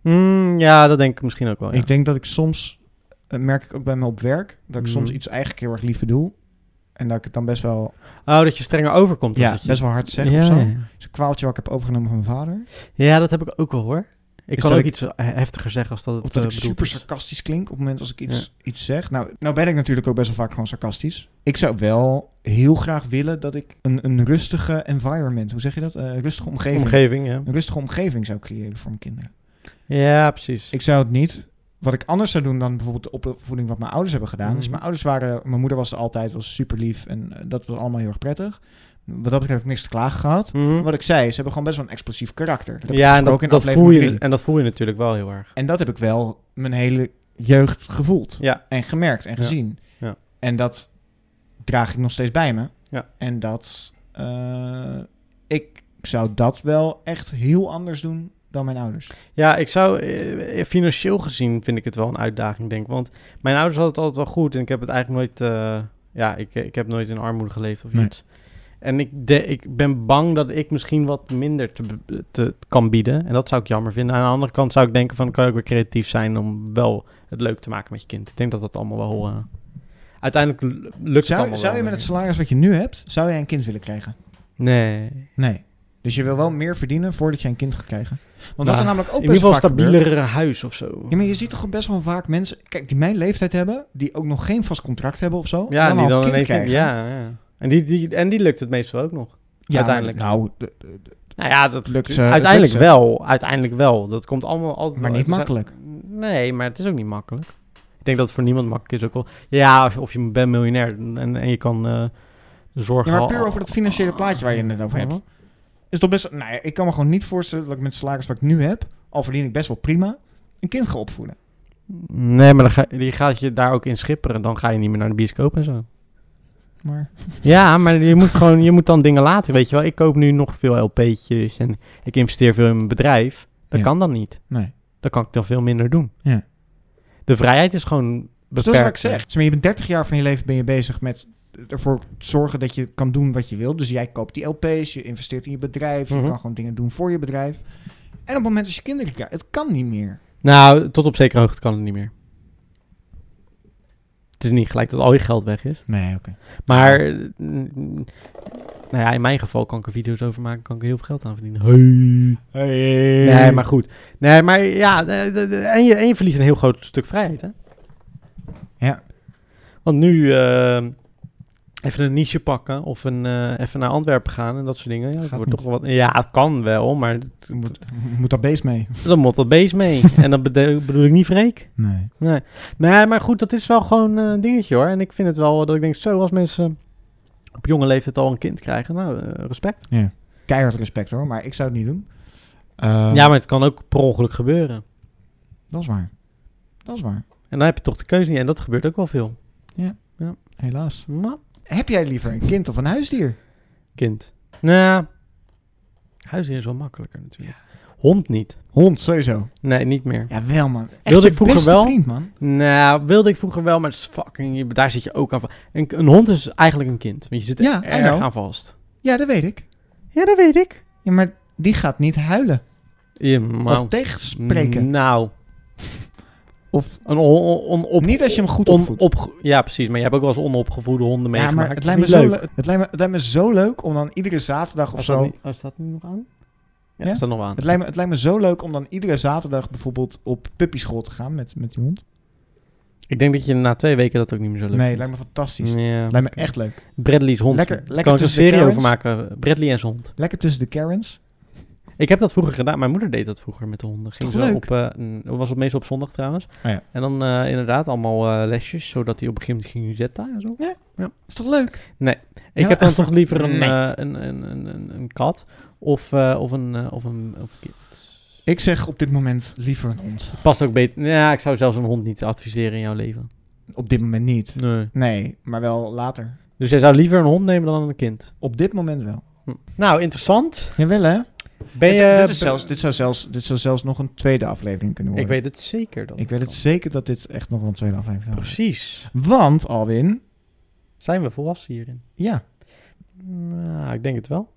S2: Mm, ja, dat denk ik misschien ook wel. Oh, ja.
S1: Ik denk dat ik soms... Dat merk ik ook bij me op werk. Dat ik
S2: Mm.
S1: soms iets eigenlijk heel erg lief doe. En dat ik het dan best wel...
S2: Oh, dat je strenger overkomt. dan
S1: Ja,
S2: dat je...
S1: best wel hard zeg
S2: ja,
S1: of zo.
S2: ja.
S1: Het is een kwaaltje wat ik heb overgenomen van mijn vader.
S2: Ja, dat heb ik ook wel hoor. Ik
S1: Is
S2: kan
S1: dat
S2: ook
S1: ik-
S2: iets he- heftiger zeggen als dat het
S1: Of dat
S2: eh,
S1: ik
S2: bedoeld
S1: super
S2: is.
S1: sarcastisch klink op het moment als ik iets, iets zeg. Nou, nou ben ik natuurlijk ook best wel vaak gewoon sarcastisch. Ik zou wel heel graag willen dat ik een, een rustige environment, hoe zeg je dat? Eh, rustige omgeving.
S2: Omgeving, ja.
S1: Een rustige omgeving zou creëren voor mijn kinderen.
S2: Ja, precies.
S1: Ik zou het niet. Wat ik anders zou doen dan bijvoorbeeld de opvoeding wat mijn ouders hebben gedaan. Dus
S2: Mhm.
S1: mijn ouders waren, mijn moeder was er altijd, was super lief en eh, dat was allemaal heel erg prettig. Wat dat betreft heb ik niks te klagen gehad.
S2: Mhm.
S1: Wat ik zei, ze hebben gewoon best wel een explosief karakter. Dat heb ik
S2: Ja, en dat,
S1: besproken in
S2: dat
S1: aflevering
S2: voel je, dus.
S1: drie.
S2: en dat voel je natuurlijk wel heel erg.
S1: En dat heb ik wel mijn hele jeugd gevoeld.
S2: Ja.
S1: En gemerkt en
S2: Ja.
S1: gezien.
S2: Ja.
S1: En dat draag ik nog steeds bij me.
S2: Ja.
S1: En dat... eh, ik zou dat wel echt heel anders doen dan mijn ouders.
S2: Ja, ik zou eh, financieel gezien vind ik het wel een uitdaging, denk ik. Want mijn ouders hadden het altijd wel goed en ik heb het eigenlijk nooit. eh, ja, ik, ik heb nooit in armoede geleefd of
S1: Nee.
S2: iets. En ik, de, ik ben bang dat ik misschien wat minder te, be- te, kan bieden. En dat zou ik jammer vinden. Aan de andere kant zou ik denken van... dan kan je ook weer creatief zijn om wel het leuk te maken met je kind. Ik denk dat dat allemaal wel... eh, uiteindelijk l- lukt het
S1: Zou,
S2: allemaal
S1: zou je
S2: wel,
S1: met het
S2: denk
S1: salaris wat je nu hebt, zou jij een kind willen krijgen?
S2: ik. Nee.
S1: Nee. Dus je wil wel meer verdienen voordat je een kind gaat krijgen. Want dat
S2: Nou,
S1: er namelijk ook
S2: In ieder
S1: best
S2: geval
S1: wel
S2: stabieler huis of zo.
S1: Ja, maar je ziet toch ook best wel vaak mensen... Kijk, die mijn leeftijd hebben, die ook nog geen vast contract hebben of zo.
S2: Ja,
S1: en
S2: die
S1: al
S2: dan
S1: een kind
S2: ineens...
S1: krijgen.
S2: Ja, ja. En die, die, en die lukt het meestal ook nog.
S1: Ja,
S2: uiteindelijk.
S1: Nou, de- de-
S2: Nou ja, dat
S1: Lukt
S2: lukt
S1: ze,
S2: Uiteindelijk
S1: dat lukt
S2: wel, uiteindelijk wel. Dat komt allemaal altijd
S1: maar
S2: wel-
S1: niet
S2: er zijn-
S1: makkelijk.
S2: Nee, maar het is ook niet makkelijk. Ik denk dat het voor niemand makkelijk is ook wel. Ja, als je- of je bent miljonair en, en je kan eh
S1: Ja,
S2: zorgen...
S1: maar
S2: al-
S1: puur over dat financiële plaatje waar je het net over hebt.
S2: Mhm.
S1: Is toch best... Nou ja, ik kan me gewoon niet voorstellen dat ik met het salaris wat ik nu heb... al verdien ik best wel prima, een kind ga opvoeden.
S2: Nee, maar dan ga, je gaat je daar ook in schipperen. Dan ga je niet meer naar de bioscoop en zo.
S1: Maar
S2: Ja, maar je moet gewoon, je moet dan dingen laten, weet je wel. Ik koop nu nog veel LP'tjes en ik investeer veel in mijn bedrijf. Dat
S1: Ja.
S2: kan dan niet.
S1: nee.
S2: Dan kan ik dan veel minder doen.
S1: Ja.
S2: De vrijheid is gewoon
S1: Dus
S2: beperkt.
S1: dat is wat ik zeg. Dus maar je bent 30 jaar van je leven ben je bezig met ervoor zorgen dat je kan doen wat je wil. Dus jij koopt die LP's, je investeert in je bedrijf...
S2: Mhm.
S1: je kan gewoon dingen doen voor je bedrijf. En op het moment dat je kinderen krijgt, het kan niet meer.
S2: Nou, tot op zekere hoogte kan het niet meer. Het is niet gelijk dat al je geld weg is.
S1: Nee, oké.
S2: Maar mm, nou ja, in mijn geval kan ik er video's over maken, kan ik er heel veel geld aan verdienen. Hey. Nee, maar goed. Nee, maar ja, de- de- de- en je, en je verliest een heel groot stuk vrijheid, hè?
S1: Ja.
S2: Want nu eh, even een niche pakken of een, eh, even naar Antwerpen gaan en dat soort dingen. Ja, dat
S1: Gaat
S2: wordt
S1: niet.
S2: toch wel wat, ja, het kan wel, maar
S1: Moet, moet dat beest mee?
S2: dan moet dat beest mee. en dat bedo- bedoel ik niet Freek.
S1: Nee.
S2: Nee. nee, maar goed, dat is wel gewoon eh, een dingetje hoor. En ik vind het wel eh, dat ik denk, zo als mensen op jonge leeftijd al een kind krijgen, nou, eh, respect.
S1: Keihard respect hoor, maar ik zou het niet doen. Eh,
S2: Ja, maar het kan ook per ongeluk gebeuren.
S1: Dat is waar. Dat is waar.
S2: En dan heb je toch de keuze niet. En dat gebeurt ook wel veel.
S1: Helaas.
S2: Maar,
S1: Heb jij liever een kind of een huisdier?
S2: kind. Nou, huisdier is wel makkelijker natuurlijk. Hond niet.
S1: Hond, sowieso.
S2: Nee, niet meer.
S1: Jawel, man. Echt
S2: Wilde
S1: je
S2: ik vroeger
S1: beste
S2: wel.
S1: vriend, man.
S2: Nou, wilde ik vroeger wel, maar het is fucking... Daar zit je ook aan vast. Een, een hond is eigenlijk een kind. Want je zit er
S1: Ja, I
S2: erg
S1: know.
S2: aan vast.
S1: Ja, dat weet ik.
S2: Ja, dat weet ik.
S1: Ja, maar die gaat niet huilen.
S2: Ja,
S1: Of
S2: maar-
S1: tegenspreken.
S2: Nou.
S1: Of-
S2: een on, on, onop-
S1: niet als je hem goed
S2: on-
S1: opvoedt.
S2: opge- ja, precies. Maar je hebt ook wel eens onopgevoede honden
S1: ja,
S2: meegemaakt.
S1: maar het
S2: Is
S1: lijkt, me
S2: niet
S1: zo
S2: leuk.
S1: le- het, lijkt me, het lijkt me zo leuk om dan iedere zaterdag of
S2: Als
S1: zo...
S2: dat niet- als dat nu nog aan? Ja,
S1: Ja?
S2: is dat nog aan?
S1: Het lijkt, me, het lijkt me zo leuk om dan iedere zaterdag bijvoorbeeld op puppyschool te gaan met, met die hond.
S2: Ik denk dat je na twee weken dat ook niet meer zo leuk
S1: Nee,
S2: vindt.
S1: lijkt me fantastisch.
S2: Ja.
S1: Lijkt me echt leuk.
S2: Bradley's hond.
S1: Lekker- lekker
S2: kan ik een
S1: tussen de
S2: serie over
S1: Karens.
S2: maken. Bradley en zijn hond.
S1: Lekker tussen de Karens.
S2: Ik heb dat vroeger gedaan. Mijn moeder deed dat vroeger met de honden. Ging
S1: Toch
S2: zo
S1: leuk?
S2: op, eh, een- was het meestal op zondag trouwens.
S1: Ah, ja.
S2: En dan eh, inderdaad allemaal eh, lesjes, zodat hij op een gegeven moment ging zetten en zo.
S1: Is toch leuk?
S2: Ik heb dan toch liever een,
S1: Nee.
S2: eh, een, een, een, een, een kat of, eh, of, een, eh, of, een, of een kind.
S1: Ik zeg op dit moment liever een hond.
S2: Past ook beter. Ja, ik zou zelfs een hond niet adviseren in jouw leven.
S1: Op dit moment niet.
S2: Nee.
S1: Nee, maar wel later.
S2: Dus jij zou liever een hond nemen dan een kind.
S1: Op dit moment wel.
S2: Nou, interessant.
S1: Jawel hè?
S2: Ben
S1: dit,
S2: je...
S1: dit, is zelfs, dit, zou zelfs, dit zou zelfs nog een tweede aflevering kunnen
S2: Ik
S1: worden.
S2: weet het zeker. Dat
S1: Ik weet het
S2: kan.
S1: zeker dat dit echt nog wel een tweede aflevering is.
S2: Precies.
S1: Want Alwin,
S2: Zijn we volwassen hierin?
S1: ja.
S2: Nou, ik denk het wel.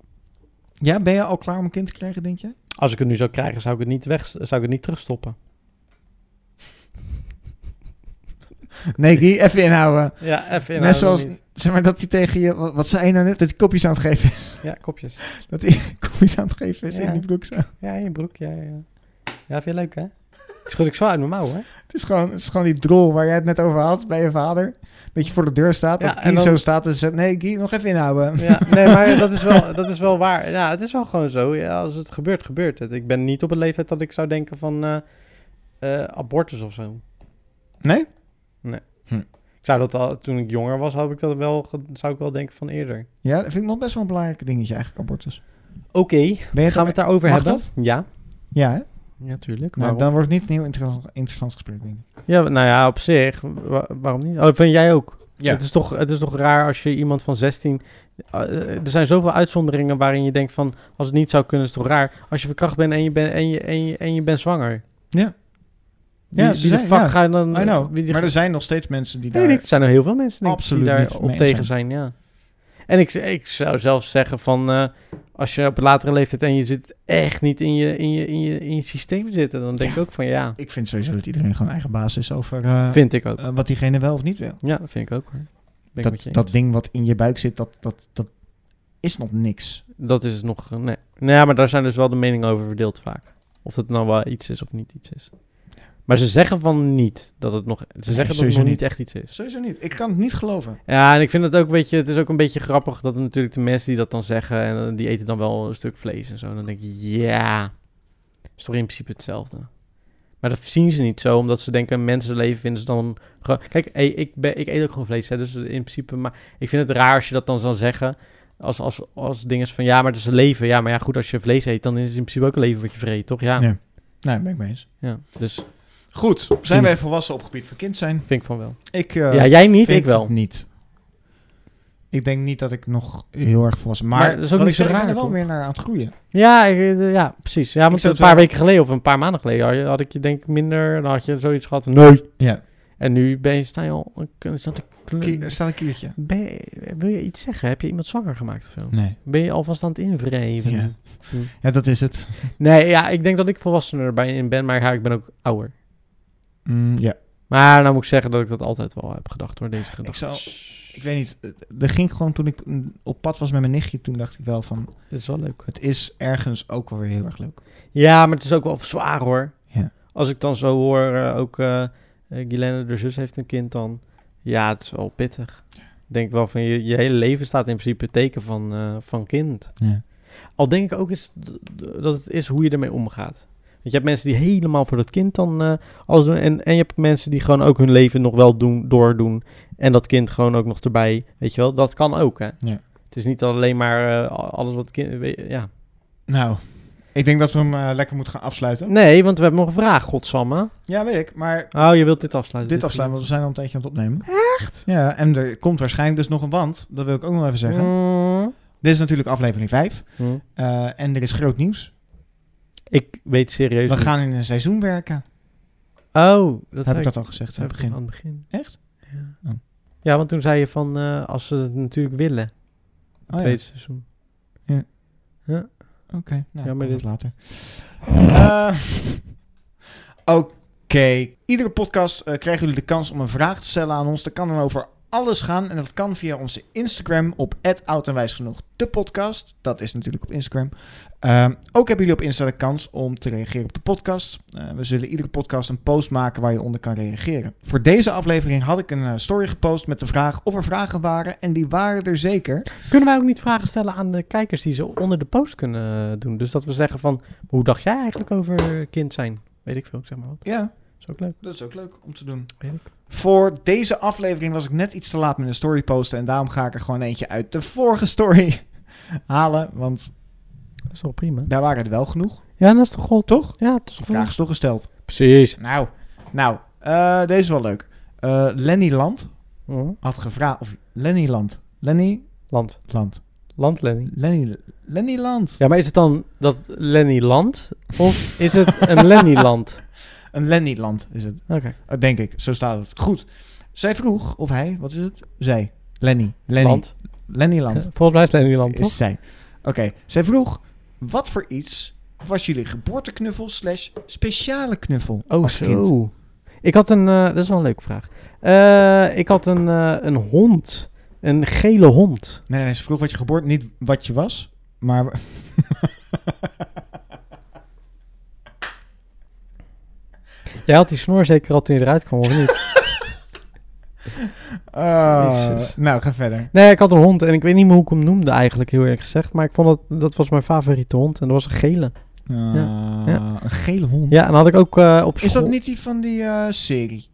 S1: Ja, ben je al klaar om een kind te krijgen, denk je?
S2: Als ik het nu zou krijgen, zou ik het niet, weg, zou ik het niet terugstoppen.
S1: Nee, die even inhouden.
S2: Ja, even in.
S1: Net zoals, zeg maar, nou, dat hij tegen je, wat, wat zei je nou net, dat hij kopjes aan het geven is.
S2: Ja, kopjes.
S1: Dat hij kopjes aan het geven is
S2: Ja.
S1: in die broek. zo. Het
S2: Ja, in je broek. Ja, ja. ja. Ja, vind je leuk, hè? Schud ik zo uit mijn mouw, hè?
S1: is, gewoon, het is gewoon die drol waar jij het net over had bij je vader. Dat je voor de deur staat,
S2: Ja,
S1: dat
S2: en
S1: Guy
S2: dan-
S1: zo staat en zegt, nee Guy, nog even inhouden.
S2: Ja, nee, maar dat is wel, dat is wel waar. Ja, het is wel gewoon zo. Ja, als het gebeurt, gebeurt het. Ik ben niet op een leeftijd dat ik zou denken van eh, eh, abortus of zo.
S1: Nee? Hm.
S2: Ik zou dat al, toen ik jonger was, had ik dat wel, ge- zou ik wel denken van eerder.
S1: Ja, dat vind ik nog best wel een belangrijk dingetje eigenlijk, abortus.
S2: Oké,
S1: Ben je
S2: gaan we het daarover
S1: Mag
S2: hebben?
S1: dat?
S2: Ja.
S1: Ja, hè?
S2: Natuurlijk.
S1: Nou, dan wordt het niet een heel interessant, interessant gesprek, denk ik.
S2: Ja, nou ja, op zich. wa- waarom niet? Oh, vind jij ook?
S1: Ja.
S2: Het, is toch, het is toch raar als je iemand van 16... eh, eh, er zijn zoveel uitzonderingen waarin je denkt van... Als het niet zou kunnen, is het toch raar? Als je verkracht bent en je, bent en je, en je, en je bent zwanger.
S1: Ja.
S2: Wie,
S1: Ja,
S2: ja,
S1: ze
S2: wie de
S1: zijn-
S2: fuck
S1: ja.
S2: ga je dan...
S1: I know.
S2: Wie de
S1: maar
S2: fuck-
S1: er zijn nog steeds mensen die
S2: Weet
S1: daar...
S2: ik, er zijn er heel veel mensen denk ik, die
S1: Absoluut
S2: daar
S1: niet
S2: op
S1: mee
S2: tegen zijn. ja. En ik, ik zou zelfs zeggen van... eh, als je op een latere leeftijd en je zit echt niet in je, in je, in je, in je systeem zitten... dan denk ik ook van ja,
S1: Ik vind sowieso dat iedereen gewoon eigen baas is over eh,
S2: vind ik ook.
S1: eh, wat diegene wel of niet wil.
S2: Ja, dat vind ik ook hoor. Ben ik met
S1: Dat,
S2: je
S1: dat
S2: eens.
S1: ding wat in je buik zit, dat, dat, dat is nog niks.
S2: Dat is nog. eh, Nee. Nou ja, maar daar zijn dus wel de meningen over verdeeld vaak. Of dat nou wel iets is of niet iets is. Maar ze zeggen van niet dat het nog. Ze zeggen dat het
S1: sowieso
S2: nog niet
S1: niet.
S2: echt iets is.
S1: Sowieso niet. Ik kan het niet geloven.
S2: Ja, en ik vind het ook, weet je, het is ook een beetje grappig dat natuurlijk de mensen die dat dan zeggen, en eh, die eten dan wel een stuk vlees en zo. En dan denk je, ja, is toch in principe hetzelfde. Maar dat zien ze niet zo, omdat ze denken, mensenleven vinden ze dan... gewoon- Kijk, hey, ik, ben, ik eet ook gewoon vlees, hè, dus in principe... Maar ik vind het raar als je dat dan zou zeggen, als, als, als ding is van, ja, maar het is een leven. Ja, maar ja, goed, als je vlees eet, dan is het in principe ook een leven wat je vreet, toch? Ja,
S1: Nee. Nee, ben ik mee eens.
S2: ja dus
S1: Goed, zijn wij volwassen op het gebied van kind zijn?
S2: vind ik van wel.
S1: Ik, eh,
S2: ja, jij niet,
S1: vind
S2: ik wel.
S1: het niet. Ik denk niet dat ik nog heel erg volwassen... Maar,
S2: Maar dat is ook
S1: wat
S2: niet
S1: ik zeg,
S2: zo
S1: Ik ben
S2: raar,
S1: er wel
S2: toch?
S1: weer naar aan het groeien.
S2: Ja, ik- eh, ja precies. Ja, want
S1: zou
S2: een
S1: het
S2: paar
S1: wel-
S2: weken geleden of een paar maanden geleden had je, had ik je denk ik minder... Dan had je zoiets gehad van, nee.
S1: Ja.
S2: En nu ben je, sta je al... eh, Staat te kle-
S1: Kie- Er staat een kiertje.
S2: ben je- wil je iets zeggen? Heb je iemand zwanger gemaakt of zo?
S1: Nee.
S2: Ben je alvast aan het invreven?
S1: Ja. Ja, dat is het.
S2: Nee, ja, ik denk dat ik volwassener erbij in ben, maar ja, ik ben ook ouder.
S1: Mm, ja.
S2: Maar nou moet ik zeggen dat ik dat altijd wel heb gedacht door deze gedachte.
S1: Ik zou... Ik weet niet. eh, Er ging gewoon toen ik mm, op pad was met mijn nichtje, toen dacht ik wel van...
S2: Dat is wel leuk.
S1: Het is ergens ook wel weer heel erg leuk.
S2: Ja, maar het is ook wel zwaar hoor.
S1: Ja.
S2: Als ik dan zo hoor, eh, ook eh eh, Guylaine, de zus, heeft een kind dan. Ja, het is wel pittig. Ik denk wel van, je, je hele leven staat in principe het teken van, eh, van kind.
S1: Ja.
S2: Al denk ik ook eens d- d- dat het is hoe je ermee omgaat. Want je hebt mensen die helemaal voor dat kind dan eh, alles doen. En, en je hebt mensen die gewoon ook hun leven nog wel doen, doordoen. En dat kind gewoon ook nog erbij. Weet je wel, dat kan ook hè.
S1: Ja.
S2: Het is niet alleen maar eh, alles wat kind... we- Ja.
S1: Nou, ik denk dat we hem eh, lekker moeten gaan afsluiten.
S2: Nee, want we hebben nog een vraag, godsamme.
S1: Ja, weet ik. Maar
S2: Oh, je wilt dit afsluiten?
S1: dit afsluiten, want we zijn al een tijdje aan het opnemen. Echt? Ja, en er komt waarschijnlijk dus nog een want. Dat wil ik ook nog even zeggen.
S2: Mm.
S1: Dit is natuurlijk aflevering 5.
S2: Mm.
S1: eh, en er is groot nieuws.
S2: Ik weet serieus
S1: We
S2: niet.
S1: gaan in een seizoen werken.
S2: Oh, dat
S1: heb
S2: zei
S1: ik dat al gezegd aan
S2: zei
S1: het
S2: ik
S1: begin.
S2: aan het begin.
S1: Echt?
S2: Ja.
S1: Oh.
S2: ja, want toen zei je van, eh, als ze het natuurlijk willen, het
S1: Oh, ja.
S2: tweede seizoen.
S1: Oké, nou,
S2: Ja, maar
S1: komt
S2: dit-
S1: later. Eh, Oké. Iedere podcast eh, krijgen jullie de kans om een vraag te stellen aan ons. Dat kan dan over alles gaan. En dat kan via onze Instagram op @oudenwijsgenoeg de podcast. Dat is natuurlijk op Instagram. Ehm, ook hebben jullie op Insta de kans om te reageren op de podcast. Eh, we zullen iedere podcast een post maken waar je onder kan reageren. Voor deze aflevering had ik een eh, story gepost met de vraag of er vragen waren. En die waren er zeker.
S2: Kunnen wij ook niet vragen stellen aan de kijkers die ze onder de post kunnen eh, doen? Dus dat we zeggen van, hoe dacht jij eigenlijk over kind zijn? Weet ik veel, ik zeg maar wat.
S1: Ja,
S2: Is ook leuk.
S1: dat is ook leuk om te doen.
S2: Weet ik.
S1: Voor deze aflevering was ik net iets te laat met een story posten. En daarom ga ik er gewoon eentje uit de vorige story halen. Want
S2: Dat is wel prima.
S1: daar waren er wel genoeg.
S2: Ja, dat is toch goed?
S1: Toch?
S2: Ja, dat is
S1: De
S2: toch
S1: vraag
S2: goed?
S1: is toch gesteld.
S2: Precies.
S1: Nou, nou eh, deze is wel leuk. Eh, Lenny Land
S2: Oh,
S1: had gevraagd. Of Lenny Land. Lenny
S2: Land.
S1: Land.
S2: Landlenny.
S1: Lenny, Lenny Land.
S2: Ja, maar is het dan dat Lenny Land? Of is het een Lenny Land?
S1: Een Lenny Land is het.
S2: Oké.
S1: Eh, denk ik. Zo staat het. Goed. Zij vroeg, of hij, wat is het? Zij. Lenny. Lenny
S2: Land.
S1: Lenny Land.
S2: Volgens mij is Lenny Land, toch?
S1: is zij. Oké, zij vroeg, wat voor iets was jullie geboorteknuffel slash speciale knuffel
S2: Oh,
S1: als
S2: zo.
S1: kind?
S2: Ik had een... eh, dat is wel een leuke vraag. Eh, ik had een, eh, een hond. Een gele hond.
S1: Nee, nee, ze vroeg wat je geboorte, niet wat je was, maar...
S2: Jij had die snor zeker al toen je eruit kwam, of niet?
S1: Ah,
S2: Jezus.
S1: nou, ga verder.
S2: Nee, ik had een hond en ik weet niet meer hoe ik hem noemde eigenlijk, heel eerlijk gezegd. Maar ik vond dat... Dat was mijn favoriete hond en dat was een gele.
S1: Ah,
S2: ja.
S1: Een gele hond.
S2: Ja, en dan had ik ook eh, op school...
S1: Is dat niet die van die eh, serie?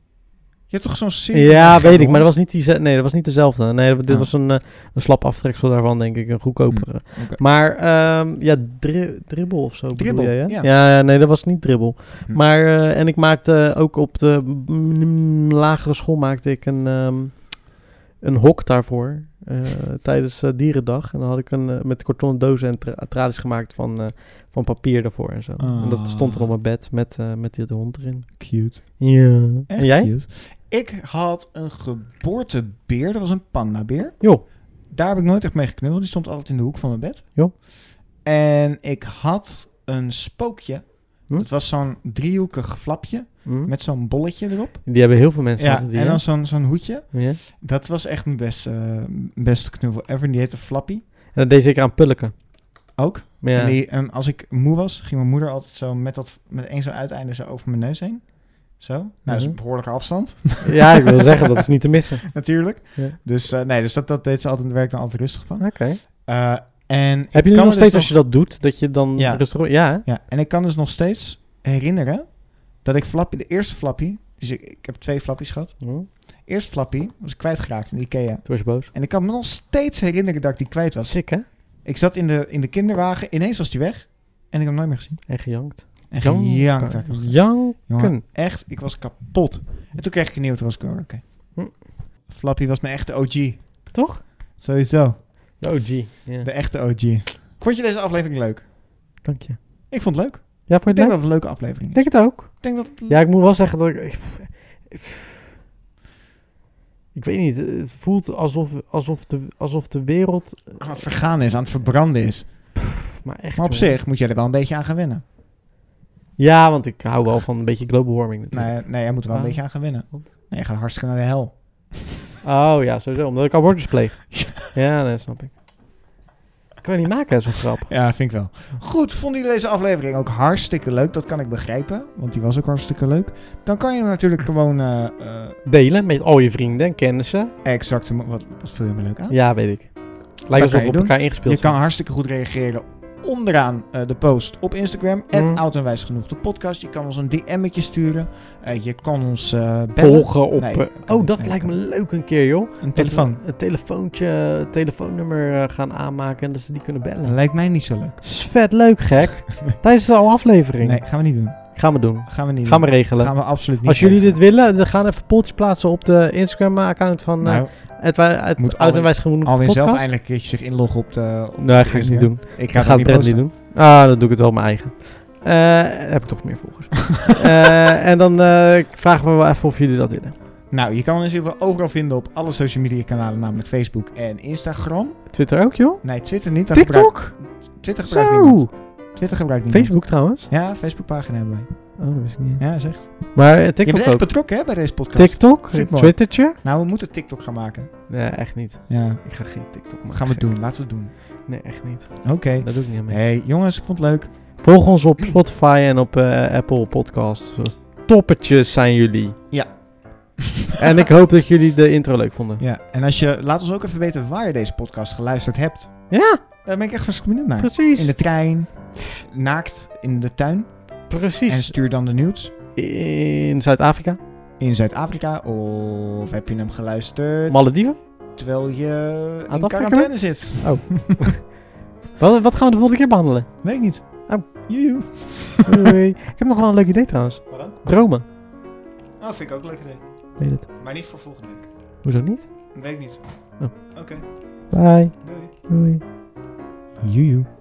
S1: Je hebt toch zo'n serie? met
S2: Ja,
S1: een gele
S2: weet ik, maar dat
S1: hond?
S2: was niet, die, nee, dat was niet dezelfde. Nee, dat- dit
S1: Ah.
S2: was een, eh, een slap aftreksel daarvan, denk ik, een goedkopere.
S1: Hmm, oké.
S2: Maar ehm, ja, dri dribbel of zo bedoel
S1: Dribbel,
S2: jij, hè?
S1: ja.
S2: Ja. ja, nee, dat was niet dribbel.
S1: Hmm.
S2: Maar, eh, en ik maakte ook op de mm, lagere school maakte ik een, ehm, een hok daarvoor eh, tijdens eh, dierendag. En dan had ik een, eh, met kartonnen dozen en tra- tralies gemaakt van, eh, van papier daarvoor en zo. En dat stond
S1: Ah.
S2: er op mijn bed met, eh met die hond erin.
S1: Cute.
S2: Ja.
S1: Echt
S2: En jij?
S1: cute. Ik had een geboortebeer, dat was een pandabeer.
S2: Joh.
S1: Daar heb ik nooit echt mee geknuffeld. Die stond altijd in de hoek van mijn bed.
S2: Jo.
S1: En ik had een spookje.
S2: Hm?
S1: Het was zo'n driehoekig flapje
S2: Hm?
S1: met zo'n bolletje erop.
S2: Die hebben heel veel mensen.
S1: Ja,
S2: hadden die,
S1: en
S2: hè?
S1: dan zo'n zo'n hoedje.
S2: Ja.
S1: Dat was echt mijn beste, eh, beste knuffel ever. Die heette Flappy
S2: En dat deed zeker aan pulken.
S1: ook.
S2: Maar ja,
S1: En, die, en als ik moe was, ging mijn moeder altijd zo met, dat, met één zo'n uiteinde zo over mijn neus heen. Zo. Nou, dat is een
S2: Mhm.
S1: behoorlijke afstand,
S2: ja, ik wil zeggen, dat is niet te missen.
S1: natuurlijk.
S2: Ja.
S1: Dus eh, nee, dus dat, dat deed ze altijd, daar werd ik dan altijd rustig van.
S2: Oké.
S1: Eh, en ik
S2: Heb je nu
S1: kan
S2: nog
S1: me dus
S2: steeds, als je dat doet, dat je dan
S1: Ja.
S2: rustig... Ja, hè?
S1: Ja, en ik kan dus nog steeds herinneren dat ik Flappy, de eerste Flappy, dus ik, ik heb twee Flappies gehad.
S2: Hm? Toen
S1: Eerst Flappy was ik kwijtgeraakt in de Ikea.
S2: was je boos.
S1: En ik kan me nog steeds herinneren dat ik die kwijt was.
S2: Sick, hè?
S1: Ik zat in de, in de kinderwagen, ineens was die weg en ik heb hem nooit meer gezien.
S2: En gejankt.
S1: En gejankt. heb ik. Jongen,
S2: Janken.
S1: echt, ik was kapot. En toen kreeg ik een nieuw, toen was ik weer oké.
S2: Hm.
S1: Flappy was mijn echte OG.
S2: Toch?
S1: Sowieso,
S2: De OG. Oh, Ja.
S1: de echte OG. Vond je deze aflevering leuk?
S2: Dank je.
S1: Ik vond het leuk.
S2: Ja, vond je
S1: Ik
S2: het
S1: denk
S2: leuk?
S1: dat het een leuke aflevering
S2: Ik
S1: is.
S2: denk het ook.
S1: Ik denk dat het...
S2: Ja, ik moet wel zeggen dat ik... Ik, ik weet niet, het voelt alsof, alsof, de, alsof de wereld...
S1: aan het vergaan is, aan het verbranden is.
S2: Maar echt...
S1: Maar op
S2: jongen.
S1: zich moet jij er wel een beetje aan gaan winnen.
S2: Ja, want ik hou wel van een beetje global warming natuurlijk.
S1: Nee, nee, jij moet er wel een
S2: Ah.
S1: beetje aan gaan winnen.
S2: Want?
S1: Nee, je gaat hartstikke naar de hel.
S2: Oh ja, sowieso. Omdat ik abortus pleeg. ja, nee, snap ik. Kan je niet maken, hè, zo'n grap.
S1: Ja, vind ik wel. Goed, vonden jullie deze aflevering ook hartstikke leuk? Dat kan ik begrijpen, want die was ook hartstikke leuk. Dan kan je hem natuurlijk gewoon eh, eh,
S2: Delen met al je vrienden en kennissen.
S1: exact... Wat, wat vul je me leuk aan?
S2: Ja, weet ik. Lijkt alsof
S1: kan je
S2: we op
S1: doen.
S2: elkaar ingespeeld
S1: Je kan
S2: zijn.
S1: hartstikke goed reageren onderaan eh, de post op Instagram.
S2: Mm.
S1: Oud en wijs genoeg de podcast. Je kan ons een DM'tje sturen. Eh, je kan ons eh bellen.
S2: Volgen op...
S1: Nee,
S2: eh,
S1: kan
S2: oh,
S1: niet.
S2: dat
S1: Nee,
S2: lijkt me
S1: kan
S2: leuk een keer, joh.
S1: Een telefoon.
S2: Dat we Een telefoontje, een telefoonnummer eh, gaan aanmaken en dat eh, ze die kunnen bellen.
S1: Lijkt mij niet zo leuk.
S2: is vet leuk, gek. Tijdens de al aflevering.
S1: Nee, gaan we niet doen.
S2: Gaan we doen.
S1: Gaan we niet
S2: Gaan we
S1: doen.
S2: regelen.
S1: Gaan we absoluut niet
S2: Als jullie
S1: regelen.
S2: dit willen, dan gaan we even een poeltje plaatsen op de Instagram-account van... eh,
S1: Nou,
S2: het, wa- het
S1: moet
S2: Oud en
S1: Alwin-
S2: Wijs Genoemde
S1: Alwin zelf
S2: Podcast.
S1: eindelijk een keertje zich inloggen op de... Op
S2: Nee,
S1: de
S2: ga ik niet
S1: Instagram.
S2: doen.
S1: Ik ga
S2: Dat
S1: het
S2: gaat
S1: niet
S2: Brent niet
S1: posten.
S2: doen. Ah, dan doe ik het wel mijn eigen. Eh, heb ik toch meer volgers. Eh, en dan eh, vragen we wel even of jullie dat willen.
S1: Nou, je kan ons in ieder geval overal vinden op alle social media kanalen, namelijk Facebook en Instagram.
S2: Twitter ook, joh.
S1: Nee, Twitter niet. dat
S2: TikTok?
S1: Gebruikt, Twitter gebruikt
S2: Zo!
S1: niemand. Twitter gebruikt niemand.
S2: Facebook trouwens.
S1: Ja, Facebookpagina hebben wij.
S2: Oh, dat wist ik niet.
S1: Ja, zegt.
S2: Maar eh,
S1: Je bent
S2: TikTok
S1: echt
S2: ook.
S1: betrokken hè, bij deze podcast.
S2: TikTok?
S1: Vind ik mooi.
S2: Twittertje?
S1: nou, we moeten TikTok gaan maken.
S2: Nee, echt niet.
S1: Ja,
S2: Ik ga geen TikTok maken.
S1: gaan we
S2: Gek.
S1: het doen. Laten we het doen.
S2: Nee, echt niet.
S1: Oké.
S2: Dat doe ik niet aan mee.
S1: Hey, jongens, ik vond het leuk.
S2: Volg ons op Spotify en op eh, Apple Podcasts. Zoals Toppetjes zijn jullie.
S1: Ja.
S2: En ik hoop dat jullie de intro leuk vonden.
S1: Ja, en als je, laat ons ook even weten waar je deze podcast geluisterd hebt.
S2: Ja,
S1: Daar ben ik echt hartstikke benieuwd naar.
S2: precies.
S1: In de trein, naakt in de tuin. En
S2: precies.
S1: stuur dan de nieuws.
S2: In Zuid-Afrika.
S1: In Zuid-Afrika. Of heb je hem geluisterd
S2: Malediven.
S1: terwijl je
S2: Aan
S1: in
S2: het
S1: quarantaine zit?
S2: Wat, wat gaan we de volgende keer behandelen?
S1: Weet ik niet.
S2: Oh.
S1: Joejoe.
S2: Doei. ik heb nog wel een leuk idee trouwens.
S1: Wat dan?
S2: Dromen.
S1: Oh, vind ik ook leuk idee.
S2: Weet het.
S1: Maar niet voor volgende week.
S2: Hoezo niet?
S1: Weet ik niet.
S2: Oh.
S1: Oké,
S2: Bye.
S1: doei.
S2: Doei.
S1: Joejoe.